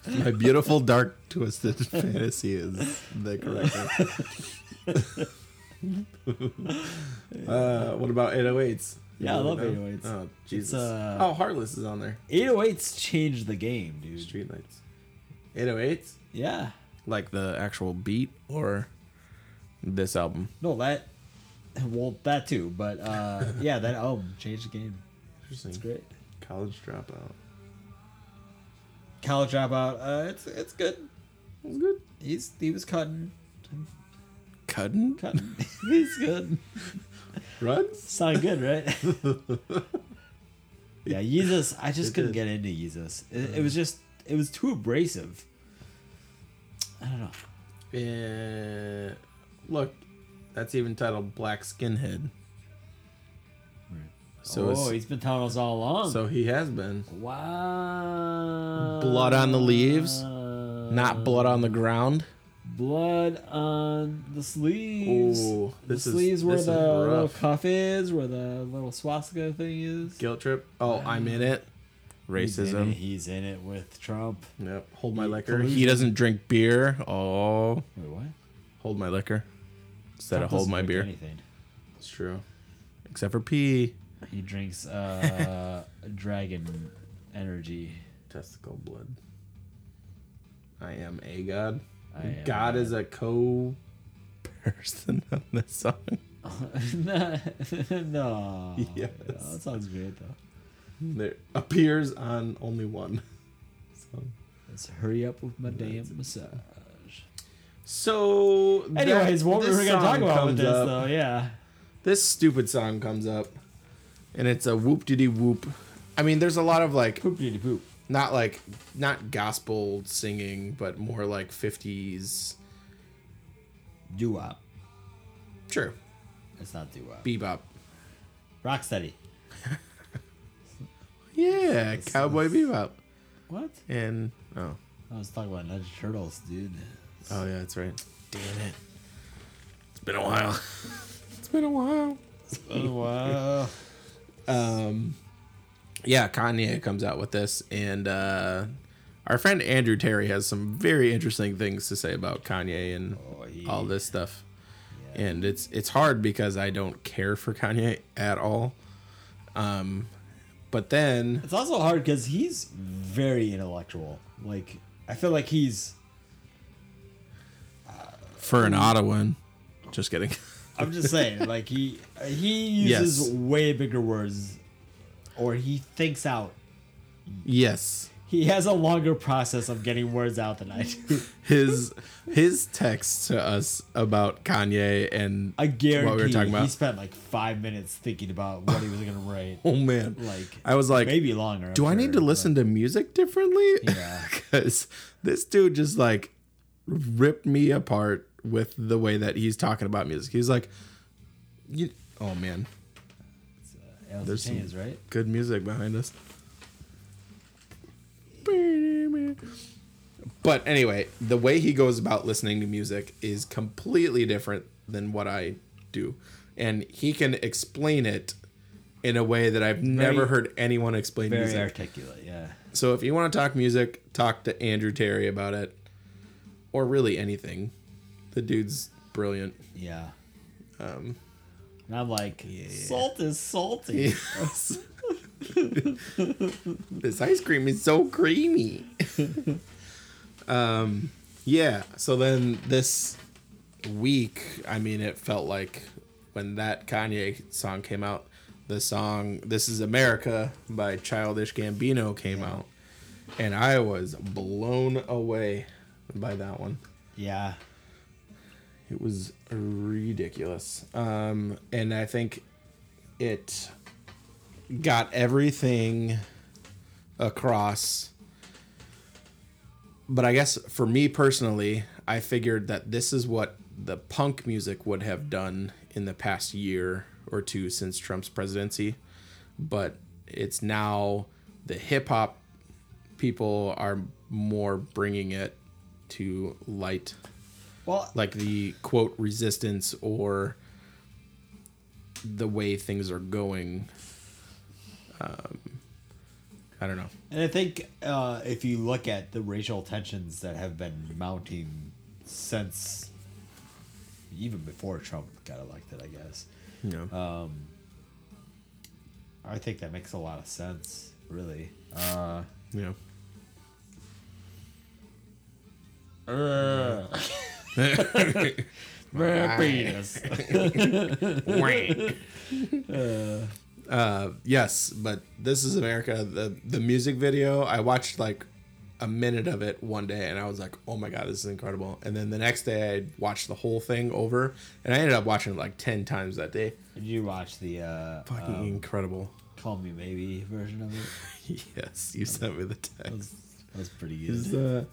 [SPEAKER 2] My beautiful dark twisted fantasy is the correct one. uh, what about 808s?
[SPEAKER 1] Yeah, I love
[SPEAKER 2] No?
[SPEAKER 1] 808s.
[SPEAKER 2] Oh, Jesus.
[SPEAKER 1] uh,
[SPEAKER 2] oh, Heartless is on there.
[SPEAKER 1] 808s changed the game, dude.
[SPEAKER 2] Streetlights. 808s?
[SPEAKER 1] Yeah.
[SPEAKER 2] Like the actual beat or this album?
[SPEAKER 1] No, that. Well, that too, but uh, yeah, that album changed the game.
[SPEAKER 2] Interesting.
[SPEAKER 1] It's great.
[SPEAKER 2] College Dropout.
[SPEAKER 1] College dropout. Uh, it's it's good.
[SPEAKER 2] It's good.
[SPEAKER 1] He's he was cutting.
[SPEAKER 2] Cutting?
[SPEAKER 1] Cutting. He's good.
[SPEAKER 2] Runs?
[SPEAKER 1] Sound good, right? yeah, Jesus. I just
[SPEAKER 2] It
[SPEAKER 1] couldn't
[SPEAKER 2] did. Uh-huh.
[SPEAKER 1] get into Jesus. It, it was just, it was too abrasive. I don't know.
[SPEAKER 2] Yeah. Eh, Look, that's even titled Black Skinhead. So
[SPEAKER 1] oh,
[SPEAKER 2] it's-
[SPEAKER 1] he's been telling us all along.
[SPEAKER 2] So he has been.
[SPEAKER 1] wow.
[SPEAKER 2] Blood on the leaves, Not blood on the ground.
[SPEAKER 1] Blood on the sleeves.
[SPEAKER 2] Ooh, this
[SPEAKER 1] the
[SPEAKER 2] is-
[SPEAKER 1] sleeves where
[SPEAKER 2] this is
[SPEAKER 1] the little
[SPEAKER 2] rough.
[SPEAKER 1] cuff is, where the little swastika thing is.
[SPEAKER 2] Guilt trip. Oh, I'm in it.
[SPEAKER 1] He's in it-
[SPEAKER 2] Racism.
[SPEAKER 1] He's in it with Trump.
[SPEAKER 2] Yep. Hold my
[SPEAKER 1] He-
[SPEAKER 2] liquor. He
[SPEAKER 1] collusion.
[SPEAKER 2] doesn't drink beer. Oh,
[SPEAKER 1] Wait, what?
[SPEAKER 2] hold my liquor instead
[SPEAKER 1] Trump
[SPEAKER 2] of hold
[SPEAKER 1] doesn't
[SPEAKER 2] my
[SPEAKER 1] drink
[SPEAKER 2] beer.
[SPEAKER 1] Anything.
[SPEAKER 2] It's true. Except for pee.
[SPEAKER 1] He drinks uh, dragon energy.
[SPEAKER 2] Testicle blood. I am a god.
[SPEAKER 1] I am
[SPEAKER 2] god
[SPEAKER 1] a-
[SPEAKER 2] is a co person on this song.
[SPEAKER 1] no, no,
[SPEAKER 2] Yes.
[SPEAKER 1] that sounds great though.
[SPEAKER 2] There appears on only one song.
[SPEAKER 1] Let's hurry up with my damn
[SPEAKER 2] That's-
[SPEAKER 1] massage.
[SPEAKER 2] So, that-
[SPEAKER 1] Anyways, what were
[SPEAKER 2] this
[SPEAKER 1] we gonna talk
[SPEAKER 2] song
[SPEAKER 1] about with
[SPEAKER 2] comes
[SPEAKER 1] this
[SPEAKER 2] up.
[SPEAKER 1] though? Yeah,
[SPEAKER 2] this stupid song comes up and it's a whoop diddy whoop i mean there's a lot of like
[SPEAKER 1] poop diddy poop.
[SPEAKER 2] not like not gospel singing but more like 50s
[SPEAKER 1] Doo wop.
[SPEAKER 2] Sure.
[SPEAKER 1] It's not doo wop.
[SPEAKER 2] Bebop.
[SPEAKER 1] Rocksteady.
[SPEAKER 2] Yeah,
[SPEAKER 1] It's-
[SPEAKER 2] Cowboy
[SPEAKER 1] it's-
[SPEAKER 2] Bebop.
[SPEAKER 1] What?
[SPEAKER 2] And oh,
[SPEAKER 1] I was talking about Ninja Turtles, dude.
[SPEAKER 2] oh yeah, that's right. Damn it. It's been a while. it's been a while.
[SPEAKER 1] Oh wow.
[SPEAKER 2] um yeah kanye comes out with this and uh our friend andrew terry has some very interesting things to say about kanye and
[SPEAKER 1] Oh, he-
[SPEAKER 2] all this stuff
[SPEAKER 1] Yeah.
[SPEAKER 2] and it's it's hard because i don't care for kanye at all um but then
[SPEAKER 1] It's also hard because he's very intellectual. Like I feel like he's.
[SPEAKER 2] for an ottawan just kidding
[SPEAKER 1] I'm just saying, like he he uses
[SPEAKER 2] Yes.
[SPEAKER 1] way bigger words, or he thinks out.
[SPEAKER 2] yes
[SPEAKER 1] He has a longer process of getting words out than I do.
[SPEAKER 2] his his text to us about kanye and
[SPEAKER 1] I guarantee
[SPEAKER 2] what we were talking
[SPEAKER 1] he
[SPEAKER 2] about
[SPEAKER 1] spent like five minutes thinking about what he was gonna write.
[SPEAKER 2] oh man
[SPEAKER 1] Like
[SPEAKER 2] i was like
[SPEAKER 1] maybe longer. I'm
[SPEAKER 2] do I need
[SPEAKER 1] sure,
[SPEAKER 2] to
[SPEAKER 1] but-
[SPEAKER 2] listen to music differently?
[SPEAKER 1] Yeah.
[SPEAKER 2] Because this dude just like ripped me apart with the way that he's talking about music. He's like, you, oh man,
[SPEAKER 1] Yeah, it's
[SPEAKER 2] There's some-
[SPEAKER 1] uh, Chains, right?
[SPEAKER 2] good music behind us. But anyway, the way he goes about listening to music is completely different than what I do. And he can explain it in a way that I've never heard anyone explain
[SPEAKER 1] Very
[SPEAKER 2] music.
[SPEAKER 1] articulate. Yeah.
[SPEAKER 2] So if you want to talk music, talk to Andrew Terry about it, or really anything. The dude's brilliant.
[SPEAKER 1] Yeah.
[SPEAKER 2] Um,
[SPEAKER 1] And I'm like, salt is salty.
[SPEAKER 2] yes. this ice cream is so creamy. um, yeah. So then this week, I mean, it felt like when that Kanye song came out, the song "This Is America" by Childish Gambino came out, and I was blown away by that one.
[SPEAKER 1] Yeah.
[SPEAKER 2] It was ridiculous. Um, and I think it got everything across. But I guess for me personally, I figured that this is what the punk music would have done in the past year or two since Trump's presidency. But it's now the hip hop people are more bringing it to light
[SPEAKER 1] Well,
[SPEAKER 2] like the quote resistance or the way things are going. Um, I don't know.
[SPEAKER 1] and I think uh, if you look at the racial tensions that have been mounting since even before Trump got elected, I guess,
[SPEAKER 2] No.
[SPEAKER 1] I think that makes a lot of sense, really. Uh,
[SPEAKER 2] yeah. Uh, yes, but this is America. The the music video I watched like a minute of it one day, and I was like, "Oh my god, this is incredible!" And then the next day, I watched the whole thing over, and I ended up watching it like ten times that day.
[SPEAKER 1] Did you watch the uh,
[SPEAKER 2] Fucking
[SPEAKER 1] um,
[SPEAKER 2] incredible.
[SPEAKER 1] Call Me Maybe version of it?
[SPEAKER 2] Yes, you sent me the
[SPEAKER 1] That
[SPEAKER 2] text.
[SPEAKER 1] was, that was pretty
[SPEAKER 2] is,
[SPEAKER 1] good.
[SPEAKER 2] uh,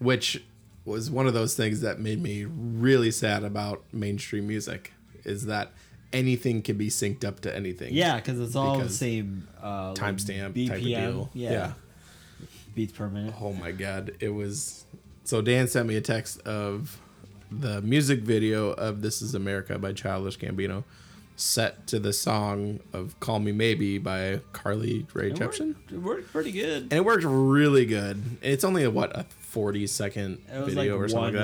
[SPEAKER 2] which was one of those things that made me really sad about mainstream music is that anything can be synced up to anything.
[SPEAKER 1] Yeah, because it's all
[SPEAKER 2] because
[SPEAKER 1] the same uh, like
[SPEAKER 2] timestamp type of deal.
[SPEAKER 1] Yeah.
[SPEAKER 2] yeah.
[SPEAKER 1] Beats per minute.
[SPEAKER 2] Oh my god, it was so Dan sent me a text of the music video of This Is America by Childish Gambino set to the song of Call Me Maybe by Carly Rae
[SPEAKER 1] It worked,
[SPEAKER 2] Jepsen.
[SPEAKER 1] it worked pretty good.
[SPEAKER 2] And it worked really good. It's only a what a 40 second
[SPEAKER 1] It was
[SPEAKER 2] video or
[SPEAKER 1] like
[SPEAKER 2] something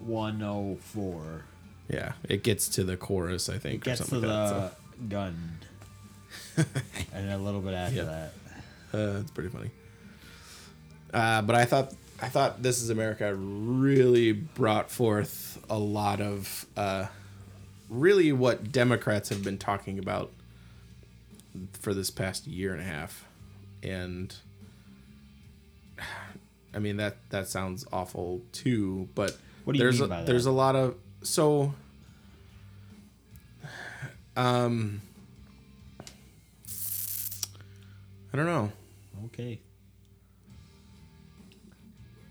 [SPEAKER 1] one,
[SPEAKER 2] like that.
[SPEAKER 1] 104.
[SPEAKER 2] Yeah, it gets to the chorus, I think, or
[SPEAKER 1] Gets to
[SPEAKER 2] something
[SPEAKER 1] the
[SPEAKER 2] like that.
[SPEAKER 1] gun. and a little bit after
[SPEAKER 2] Yeah.
[SPEAKER 1] that.
[SPEAKER 2] So, uh, it's pretty funny. Uh, but I thought I thought This Is America really brought forth a lot of uh, really what Democrats have been talking about for this past year and a half, and I mean that that sounds awful too, but
[SPEAKER 1] What do you
[SPEAKER 2] there's
[SPEAKER 1] mean
[SPEAKER 2] a,
[SPEAKER 1] by that?
[SPEAKER 2] there's a lot of so um I don't know.
[SPEAKER 1] Okay.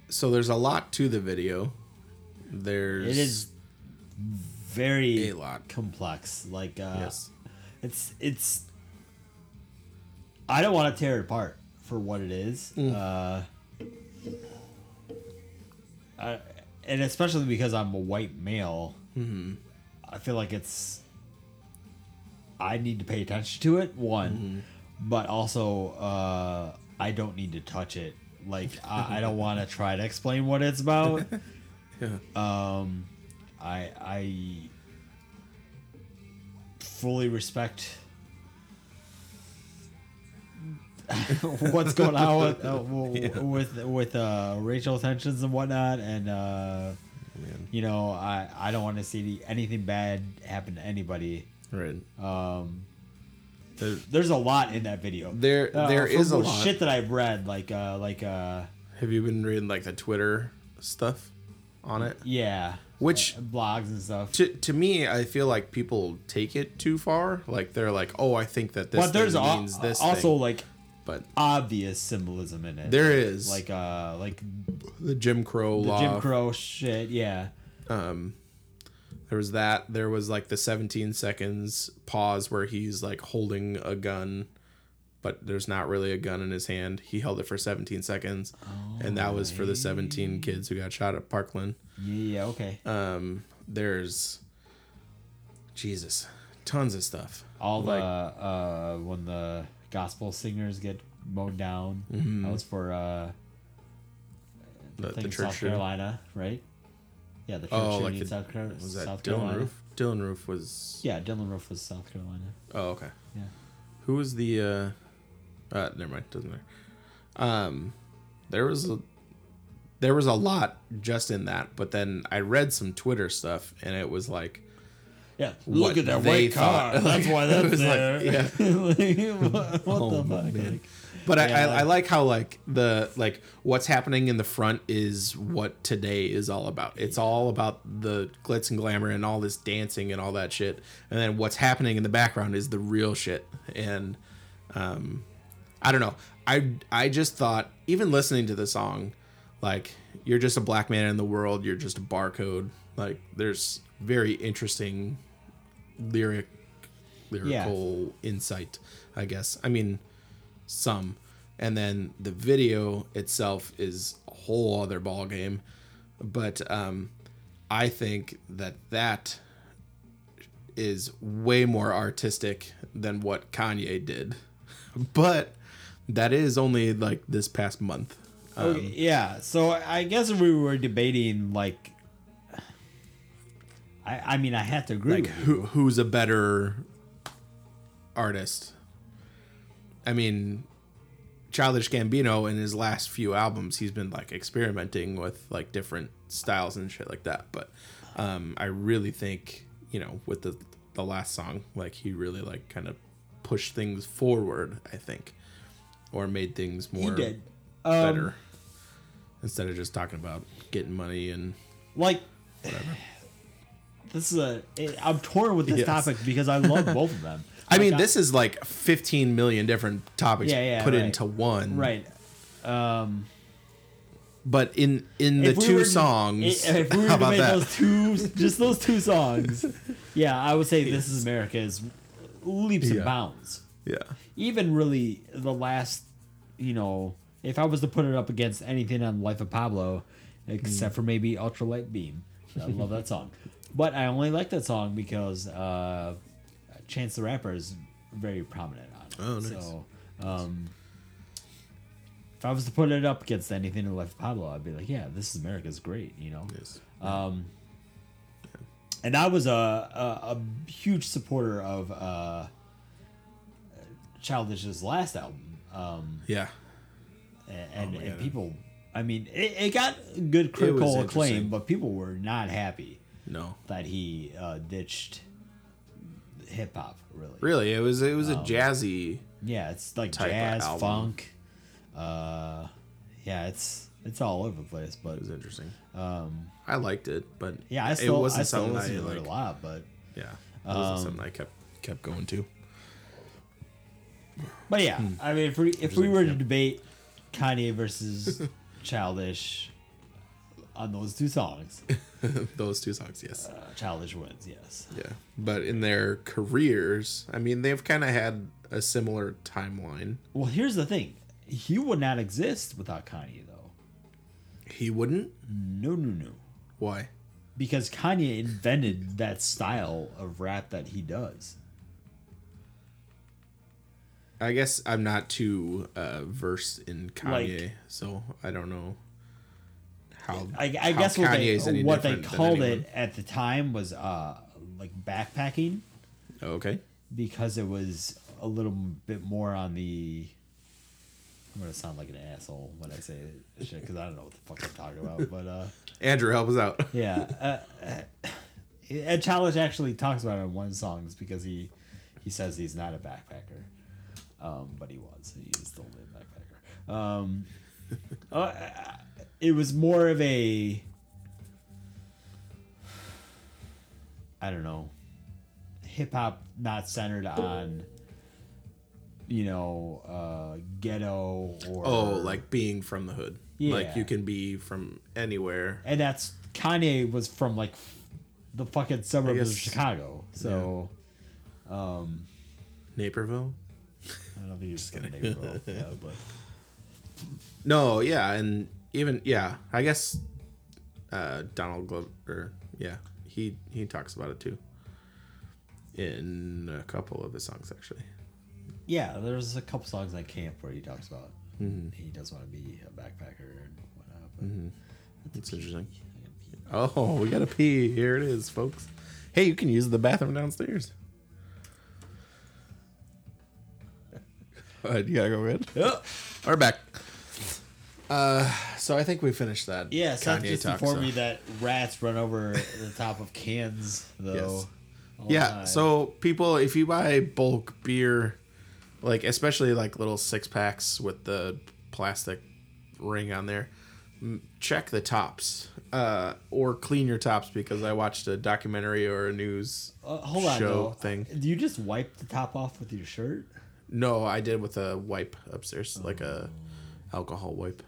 [SPEAKER 2] So there's a lot to the video. There's
[SPEAKER 1] It is very
[SPEAKER 2] A lot.
[SPEAKER 1] complex. Like uh,
[SPEAKER 2] Yes.
[SPEAKER 1] it's it's. I don't want to tear it apart for what it is, uh, I, and especially because I'm a white male. I feel like it's. I need to pay attention to it one, but also uh, I don't need to touch it. Like I, I don't want to try to explain what it's about.
[SPEAKER 2] Yeah.
[SPEAKER 1] Um, I I fully respect what's going on with uh, w- with with uh, racial tensions and whatnot, and uh,
[SPEAKER 2] Man.
[SPEAKER 1] you know I I don't want to see anything bad happen to anybody.
[SPEAKER 2] Right.
[SPEAKER 1] Um,
[SPEAKER 2] There-
[SPEAKER 1] there's a lot in that video.
[SPEAKER 2] There-
[SPEAKER 1] uh,
[SPEAKER 2] there
[SPEAKER 1] from
[SPEAKER 2] is a
[SPEAKER 1] the
[SPEAKER 2] lot.
[SPEAKER 1] shit that I've read, like uh, like uh,
[SPEAKER 2] Have you been reading like the Twitter stuff on it?
[SPEAKER 1] yeah,
[SPEAKER 2] Which-
[SPEAKER 1] uh, blogs and stuff.
[SPEAKER 2] To, to me, I feel like people take it too far. Like they're like, "Oh, I think that this
[SPEAKER 1] but there's
[SPEAKER 2] thing
[SPEAKER 1] al-
[SPEAKER 2] means this."
[SPEAKER 1] also
[SPEAKER 2] thing."
[SPEAKER 1] like
[SPEAKER 2] but
[SPEAKER 1] obvious symbolism in it.
[SPEAKER 2] there is
[SPEAKER 1] like uh like
[SPEAKER 2] the Jim Crow
[SPEAKER 1] the
[SPEAKER 2] law.
[SPEAKER 1] Jim Crow shit. Yeah,
[SPEAKER 2] um there was that there was like the 17 seconds pause where he's like holding a gun but there's not really a gun in his hand he held it for 17 seconds and that was for the 17 kids who got shot at parkland
[SPEAKER 1] yeah, okay.
[SPEAKER 2] um there's jesus tons of stuff
[SPEAKER 1] All
[SPEAKER 2] like-
[SPEAKER 1] the uh when the gospel singers get mowed down. That was for uh
[SPEAKER 2] the,
[SPEAKER 1] thing
[SPEAKER 2] the
[SPEAKER 1] in
[SPEAKER 2] church
[SPEAKER 1] South
[SPEAKER 2] shooting.
[SPEAKER 1] Carolina, right? Yeah, the church
[SPEAKER 2] Oh,
[SPEAKER 1] shooting
[SPEAKER 2] like
[SPEAKER 1] in
[SPEAKER 2] the-
[SPEAKER 1] South, Carolina.
[SPEAKER 2] was that
[SPEAKER 1] South
[SPEAKER 2] dylan
[SPEAKER 1] Carolina.
[SPEAKER 2] roof dylan roof was
[SPEAKER 1] Yeah, Dylan Roof was South Carolina.
[SPEAKER 2] oh okay
[SPEAKER 1] Yeah.
[SPEAKER 2] Who was the uh uh never mind, doesn't matter. Um there was a there was a lot just in that, but then I read some Twitter stuff and it was like
[SPEAKER 1] Yeah,
[SPEAKER 2] What
[SPEAKER 1] look at that
[SPEAKER 2] they
[SPEAKER 1] white car.
[SPEAKER 2] thought.
[SPEAKER 1] that's why
[SPEAKER 2] It
[SPEAKER 1] that's
[SPEAKER 2] was like,
[SPEAKER 1] there.
[SPEAKER 2] yeah.
[SPEAKER 1] Like, what what
[SPEAKER 2] Oh,
[SPEAKER 1] the fuck?
[SPEAKER 2] man.
[SPEAKER 1] Like,
[SPEAKER 2] but I,
[SPEAKER 1] Yeah.
[SPEAKER 2] I, I like how like the like what's happening in the front is what today is all about. It's all about the glitz and glamour and all this dancing and all that shit. And then what's happening in the background is the real shit. And um I don't know. I I just thought even listening to the song, like you're just a black man in the world, you're just a barcode. Like there's very interesting lyric lyrical insight, I guess. I mean some. And then the video itself is a whole other ball game. But um, I think that that is way more artistic than what Kanye did. But that is only like this past month.
[SPEAKER 1] Okay,
[SPEAKER 2] Um,
[SPEAKER 1] yeah. So I guess we were debating like. I, I mean I have to agree.
[SPEAKER 2] Like
[SPEAKER 1] with you.
[SPEAKER 2] who who's a better artist? I mean, Childish Gambino in his last few albums, he's been like experimenting with like different styles and shit like that. But um, I really think you know with the the last song, like he really like kind of pushed things forward. I think, or made things more
[SPEAKER 1] did. Um,
[SPEAKER 2] better instead of just talking about getting money and
[SPEAKER 1] like this is a it, i'm torn with this
[SPEAKER 2] Yes.
[SPEAKER 1] topic because i love both of them
[SPEAKER 2] I mean,
[SPEAKER 1] Like,
[SPEAKER 2] this is like 15 million different topics
[SPEAKER 1] Oh Yeah, yeah,
[SPEAKER 2] put
[SPEAKER 1] right.
[SPEAKER 2] into one.
[SPEAKER 1] right um
[SPEAKER 2] But in in the
[SPEAKER 1] if we
[SPEAKER 2] two
[SPEAKER 1] were to-
[SPEAKER 2] songs,
[SPEAKER 1] i- if we were
[SPEAKER 2] how
[SPEAKER 1] to
[SPEAKER 2] about
[SPEAKER 1] make
[SPEAKER 2] that?
[SPEAKER 1] those two just those two songs yeah i would say this is america is leaps
[SPEAKER 2] Yeah.
[SPEAKER 1] and bounds
[SPEAKER 2] yeah.
[SPEAKER 1] even really the last you know if i was to put it up against anything on life of pablo except
[SPEAKER 2] Mm.
[SPEAKER 1] for maybe ultralight beam i love that song but i only like that song because uh chance the rapper is very prominent on it
[SPEAKER 2] Oh, nice.
[SPEAKER 1] so um if i was to put it up against anything in life of pablo i'd be like yeah this is america's great you know
[SPEAKER 2] Yes.
[SPEAKER 1] um, and I was a, a a huge supporter of uh, Childish's last album, um,
[SPEAKER 2] Yeah.
[SPEAKER 1] a- and,
[SPEAKER 2] Oh my
[SPEAKER 1] and
[SPEAKER 2] God.
[SPEAKER 1] people. I mean, it, it got good critical acclaim,
[SPEAKER 2] interesting.
[SPEAKER 1] but people were not happy
[SPEAKER 2] No.
[SPEAKER 1] that he uh, ditched hip hop. Really,
[SPEAKER 2] Really, it was it was
[SPEAKER 1] Oh,
[SPEAKER 2] a jazzy.
[SPEAKER 1] yeah, it's like
[SPEAKER 2] Type of
[SPEAKER 1] jazz,
[SPEAKER 2] album.
[SPEAKER 1] funk. Uh, yeah, it's it's all over the place, but
[SPEAKER 2] It was interesting. Um, I liked it, but
[SPEAKER 1] yeah, I still
[SPEAKER 2] it wasn't
[SPEAKER 1] I still
[SPEAKER 2] something
[SPEAKER 1] listen
[SPEAKER 2] I
[SPEAKER 1] to it
[SPEAKER 2] like.
[SPEAKER 1] a lot, Um, but.
[SPEAKER 2] Yeah, it wasn't something I kept kept going to.
[SPEAKER 1] But yeah,
[SPEAKER 2] Hmm.
[SPEAKER 1] I mean, if we if we were to debate Kanye versus Childish, on those two songs.
[SPEAKER 2] Those two songs, yes.
[SPEAKER 1] Uh, Childish wins, yes.
[SPEAKER 2] Yeah. But in their careers, I mean, they've kind of had a similar timeline.
[SPEAKER 1] Well, here's the thing: he would not exist without Kanye, though.
[SPEAKER 2] He wouldn't?
[SPEAKER 1] No, no, no.
[SPEAKER 2] Why?
[SPEAKER 1] Because Kanye invented that style of rap that he does.
[SPEAKER 2] I guess I'm not too uh, versed in
[SPEAKER 1] Like-
[SPEAKER 2] Kanye, so I don't know how.
[SPEAKER 1] I, I
[SPEAKER 2] how
[SPEAKER 1] guess what
[SPEAKER 2] Kanye's
[SPEAKER 1] they
[SPEAKER 2] any
[SPEAKER 1] what they
[SPEAKER 2] different than
[SPEAKER 1] called
[SPEAKER 2] anyone.
[SPEAKER 1] it at the time was uh like backpacking
[SPEAKER 2] Oh, Okay.
[SPEAKER 1] because it was a little bit more on the. I'm gonna sound like an asshole when I say this shit because I don't know what the fuck I'm talking about, but uh.
[SPEAKER 2] Andrew, help us out.
[SPEAKER 1] Yeah. Uh, uh, Ed Challenge actually talks about it in one of his songs because he he says he's not a backpacker, um, but he was. He is the only backpacker. Um, uh, it was more of a I don't know hip hop not centered on you know uh, ghetto or
[SPEAKER 2] Oh, like being from the hood. Like
[SPEAKER 1] Yeah.
[SPEAKER 2] you can be from anywhere.
[SPEAKER 1] and that's Kanye was from like the fucking suburbs
[SPEAKER 2] guess-
[SPEAKER 1] of Chicago, so
[SPEAKER 2] Naperville?
[SPEAKER 1] I don't think he's gonna name it all. Yeah, but
[SPEAKER 2] No, yeah, and even yeah, I guess uh Donald Glover, yeah, he he talks about it too in a couple of his songs actually.
[SPEAKER 1] yeah, there's a couple songs on Camp where he talks about he does want to be a backpacker and whatnot. But
[SPEAKER 2] It's interesting. Oh, we gotta pee. Here it is, folks. Hey, you can use the bathroom downstairs. Go ahead, you gotta go ahead.
[SPEAKER 1] Yeah.
[SPEAKER 2] We're back. Uh, so I think we finished that.
[SPEAKER 1] Yeah, Seth
[SPEAKER 2] Kanye uh,
[SPEAKER 1] just
[SPEAKER 2] talk,
[SPEAKER 1] informed
[SPEAKER 2] so-
[SPEAKER 1] me that rats run over the top of cans, though. Oh
[SPEAKER 2] Yes.
[SPEAKER 1] all the
[SPEAKER 2] Yeah.
[SPEAKER 1] time.
[SPEAKER 2] So people, if you buy bulk beer, like especially like little six packs with the plastic ring on there, m- check the tops uh, or clean your tops because I watched a documentary or a news
[SPEAKER 1] Uh, hold on,
[SPEAKER 2] show
[SPEAKER 1] though. Uh,
[SPEAKER 2] thing.
[SPEAKER 1] Do you just wipe the top off with your shirt?
[SPEAKER 2] No, I did with a wipe upstairs, like a alcohol wipe.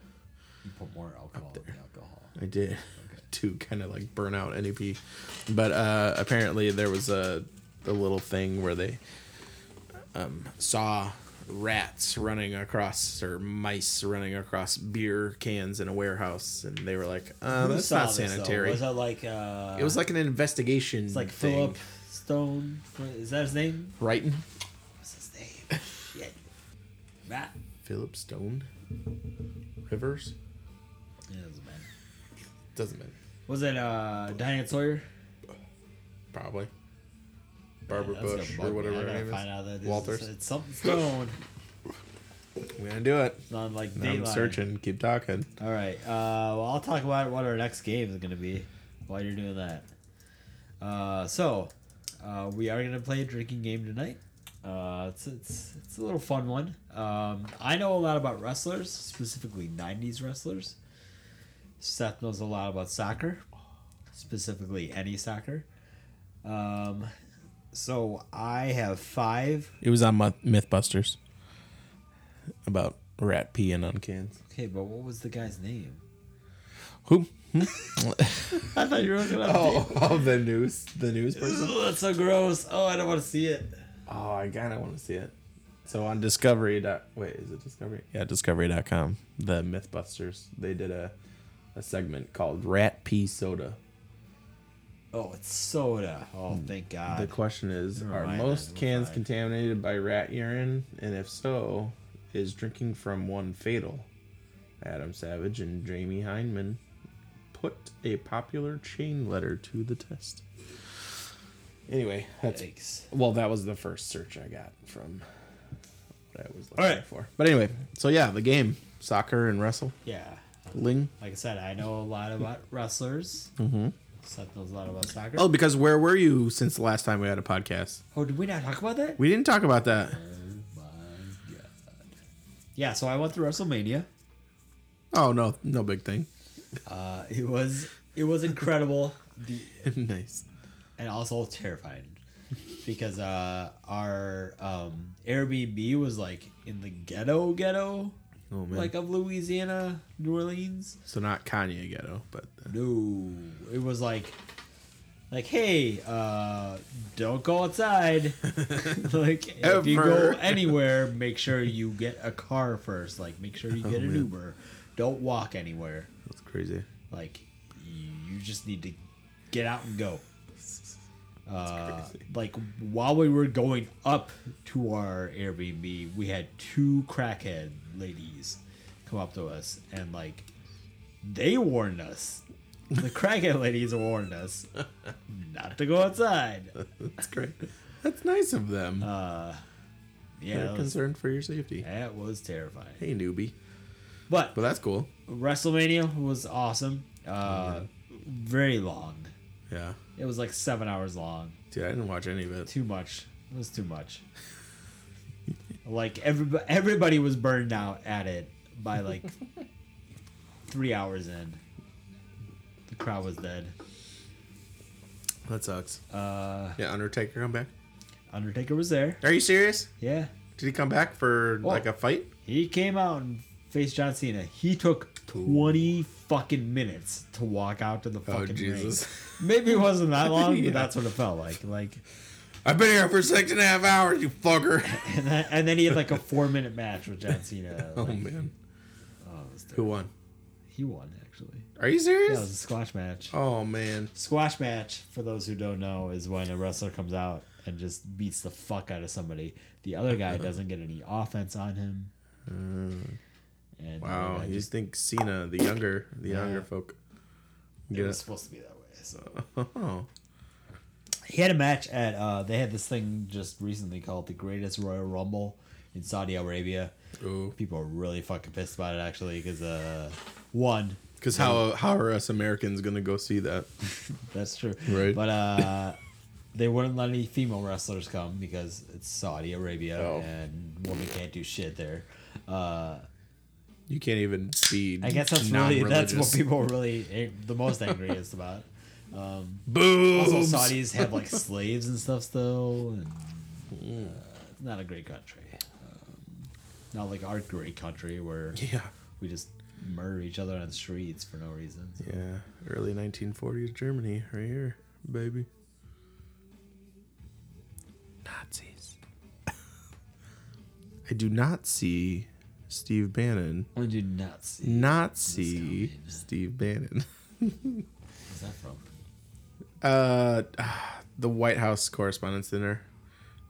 [SPEAKER 1] You put more alcohol in the alcohol.
[SPEAKER 2] I did to kind of like burn out any pee. But uh, apparently there was a, a little thing where they um, saw rats running across or mice running across beer cans in a warehouse, and they were like, uh,
[SPEAKER 1] Who
[SPEAKER 2] "That's
[SPEAKER 1] saw
[SPEAKER 2] not
[SPEAKER 1] this, though?
[SPEAKER 2] sanitary."
[SPEAKER 1] was that like uh,
[SPEAKER 2] it was like an investigation.
[SPEAKER 1] It's like
[SPEAKER 2] thing.
[SPEAKER 1] Philip Stone. Is that his name?
[SPEAKER 2] Brighton.
[SPEAKER 1] What's his name? Shit. Matt.
[SPEAKER 2] Philip Stone. Rivers
[SPEAKER 1] Yeah, it was a man.
[SPEAKER 2] doesn't matter.
[SPEAKER 1] Was it uh, Diane Sawyer?
[SPEAKER 2] Probably. Barbara
[SPEAKER 1] That's gonna
[SPEAKER 2] Bush
[SPEAKER 1] bug
[SPEAKER 2] or
[SPEAKER 1] me.
[SPEAKER 2] whatever
[SPEAKER 1] I
[SPEAKER 2] her
[SPEAKER 1] gotta
[SPEAKER 2] name
[SPEAKER 1] find
[SPEAKER 2] is.
[SPEAKER 1] out that this
[SPEAKER 2] Walters.
[SPEAKER 1] Is, it's something Stone.
[SPEAKER 2] We're gonna do it.
[SPEAKER 1] It's on like
[SPEAKER 2] I'm
[SPEAKER 1] Dateline.
[SPEAKER 2] searching. Keep talking.
[SPEAKER 1] All right. Uh, well, I'll talk about what our next game is going to be while you're doing that. Uh, so, uh, we are going to play a drinking game tonight. Uh, it's, it's, it's a little fun one. Um, I know a lot about wrestlers, specifically 90s wrestlers. Seth knows a lot about soccer, specifically any soccer. Um, so, I have five.
[SPEAKER 2] It was on Myth- MythBusters about rat peeing on cans.
[SPEAKER 1] Okay, but what was the guy's name?
[SPEAKER 2] Who?
[SPEAKER 1] I thought you were going to.
[SPEAKER 2] Oh, oh, the news, the news person.
[SPEAKER 1] Ugh, that's so gross. Oh, I don't want to see it.
[SPEAKER 2] Oh, I kind of want to see it. So on Discovery. Dot, wait, is it Discovery? Yeah, Discovery.com. The MythBusters. They did a a segment called Rat Pee Soda.
[SPEAKER 1] Oh, it's soda. Oh, thank
[SPEAKER 2] Hmm. The
[SPEAKER 1] God.
[SPEAKER 2] question is:
[SPEAKER 1] Never
[SPEAKER 2] Are
[SPEAKER 1] mind,
[SPEAKER 2] most
[SPEAKER 1] then, we're
[SPEAKER 2] cans
[SPEAKER 1] fine.
[SPEAKER 2] contaminated by rat urine? And if so, is drinking from one fatal? Adam Savage and Jamie Hindman put a popular chain letter to the test. Anyway, that's
[SPEAKER 1] Yikes.
[SPEAKER 2] well, that was the first search I got from what I was looking
[SPEAKER 1] All right.
[SPEAKER 2] for. But anyway, so yeah, the game soccer and wrestling.
[SPEAKER 1] Yeah. Like I said, I know a lot about wrestlers.
[SPEAKER 2] Mm-hmm.
[SPEAKER 1] Seth knows a lot about soccer.
[SPEAKER 2] Oh, because where were you since the last time we had a podcast?
[SPEAKER 1] Oh, did we not talk about that?
[SPEAKER 2] We didn't talk about that.
[SPEAKER 1] Yeah, so I went to WrestleMania.
[SPEAKER 2] Oh no, no big thing.
[SPEAKER 1] Uh, it was it was incredible the,
[SPEAKER 2] nice.
[SPEAKER 1] and also terrifying because uh, our um, Airbnb was like in the ghetto ghetto.
[SPEAKER 2] Oh man.
[SPEAKER 1] like of Louisiana, New Orleans.
[SPEAKER 2] so not Kanye ghetto, but uh,
[SPEAKER 1] No, it was like, like hey, uh, don't go outside. like if you go
[SPEAKER 2] Ever.
[SPEAKER 1] anywhere, make sure you get a car first. Like make sure you get an
[SPEAKER 2] Oh, man.
[SPEAKER 1] Uber. Don't walk anywhere.
[SPEAKER 2] that's crazy.
[SPEAKER 1] Like you you just need to get out and go. Uh,
[SPEAKER 2] crazy.
[SPEAKER 1] like while we were going up to our Airbnb, we had two crackhead ladies come up to us and like they warned us. The crackhead ladies warned us not to go outside.
[SPEAKER 2] That's great. That's nice of them.
[SPEAKER 1] Uh, yeah,
[SPEAKER 2] They're
[SPEAKER 1] that was,
[SPEAKER 2] concerned for your safety.
[SPEAKER 1] that was terrifying.
[SPEAKER 2] Hey newbie.
[SPEAKER 1] But
[SPEAKER 2] But that's cool.
[SPEAKER 1] WrestleMania was awesome. Uh, very long.
[SPEAKER 2] Yeah.
[SPEAKER 1] It was like seven hours long.
[SPEAKER 2] Dude, I didn't watch any of it.
[SPEAKER 1] too much. It was too much. like everybody, everybody was burned out at it by like three hours in. The crowd was dead.
[SPEAKER 2] That sucks.
[SPEAKER 1] Uh,
[SPEAKER 2] Yeah, Undertaker come back.
[SPEAKER 1] Undertaker was there.
[SPEAKER 2] Are you serious?
[SPEAKER 1] Yeah,
[SPEAKER 2] Did he come back for
[SPEAKER 1] Oh.
[SPEAKER 2] like a fight?
[SPEAKER 1] he came out and faced John Cena. He took twenty fucking minutes to walk out to the fucking
[SPEAKER 2] Oh, Jesus.
[SPEAKER 1] ring. Maybe it wasn't that long,
[SPEAKER 2] Yeah.
[SPEAKER 1] but that's what it felt like. Like,
[SPEAKER 2] I've been here for six and a half hours, you fucker.
[SPEAKER 1] and then, and then he had like a four minute match with John Cena.
[SPEAKER 2] oh
[SPEAKER 1] Like,
[SPEAKER 2] man.
[SPEAKER 1] oh, it was
[SPEAKER 2] Who
[SPEAKER 1] terrible.
[SPEAKER 2] won?
[SPEAKER 1] he won actually.
[SPEAKER 2] Are you
[SPEAKER 1] Yeah, it
[SPEAKER 2] serious?
[SPEAKER 1] was a squash match.
[SPEAKER 2] Oh man.
[SPEAKER 1] Squash match, for those who don't know, is when a wrestler comes out and just beats the fuck out of somebody. The other guy doesn't get any offense on him. And the other
[SPEAKER 2] Wow.
[SPEAKER 1] guy
[SPEAKER 2] You
[SPEAKER 1] just-
[SPEAKER 2] think Cena, the younger the
[SPEAKER 1] Yeah.
[SPEAKER 2] younger folk.
[SPEAKER 1] it was
[SPEAKER 2] Yes.
[SPEAKER 1] supposed to be that way. So
[SPEAKER 2] Oh.
[SPEAKER 1] he had a match at uh, they had this thing just recently called the Greatest Royal Rumble in Saudi Arabia.
[SPEAKER 2] Ooh.
[SPEAKER 1] People are really fucking pissed about it actually because uh, one
[SPEAKER 2] Because how how are us Americans gonna go see that?
[SPEAKER 1] That's true.
[SPEAKER 2] Right.
[SPEAKER 1] But uh, they wouldn't let any female wrestlers come because it's Saudi Arabia
[SPEAKER 2] Oh.
[SPEAKER 1] and women can't do shit there. Uh,
[SPEAKER 2] You can't even be.
[SPEAKER 1] I guess that's really that's what
[SPEAKER 2] non-religious.
[SPEAKER 1] people are really a- the most angriest about. Um,
[SPEAKER 2] Boobs.
[SPEAKER 1] also, Saudis have like slaves and stuff still, and uh, it's not a great country. Um, not like our great country where
[SPEAKER 2] Yeah.
[SPEAKER 1] we just murder each other on the streets for no reason. So,
[SPEAKER 2] Yeah. Early 1940s Germany, right here, baby. Nazis. I do not see Steve Bannon.
[SPEAKER 1] I do not see.
[SPEAKER 2] Not see
[SPEAKER 1] Steve Bannon.
[SPEAKER 2] Steve Bannon.
[SPEAKER 1] Where's that from?
[SPEAKER 2] Uh, ah, the White House Correspondents' Dinner,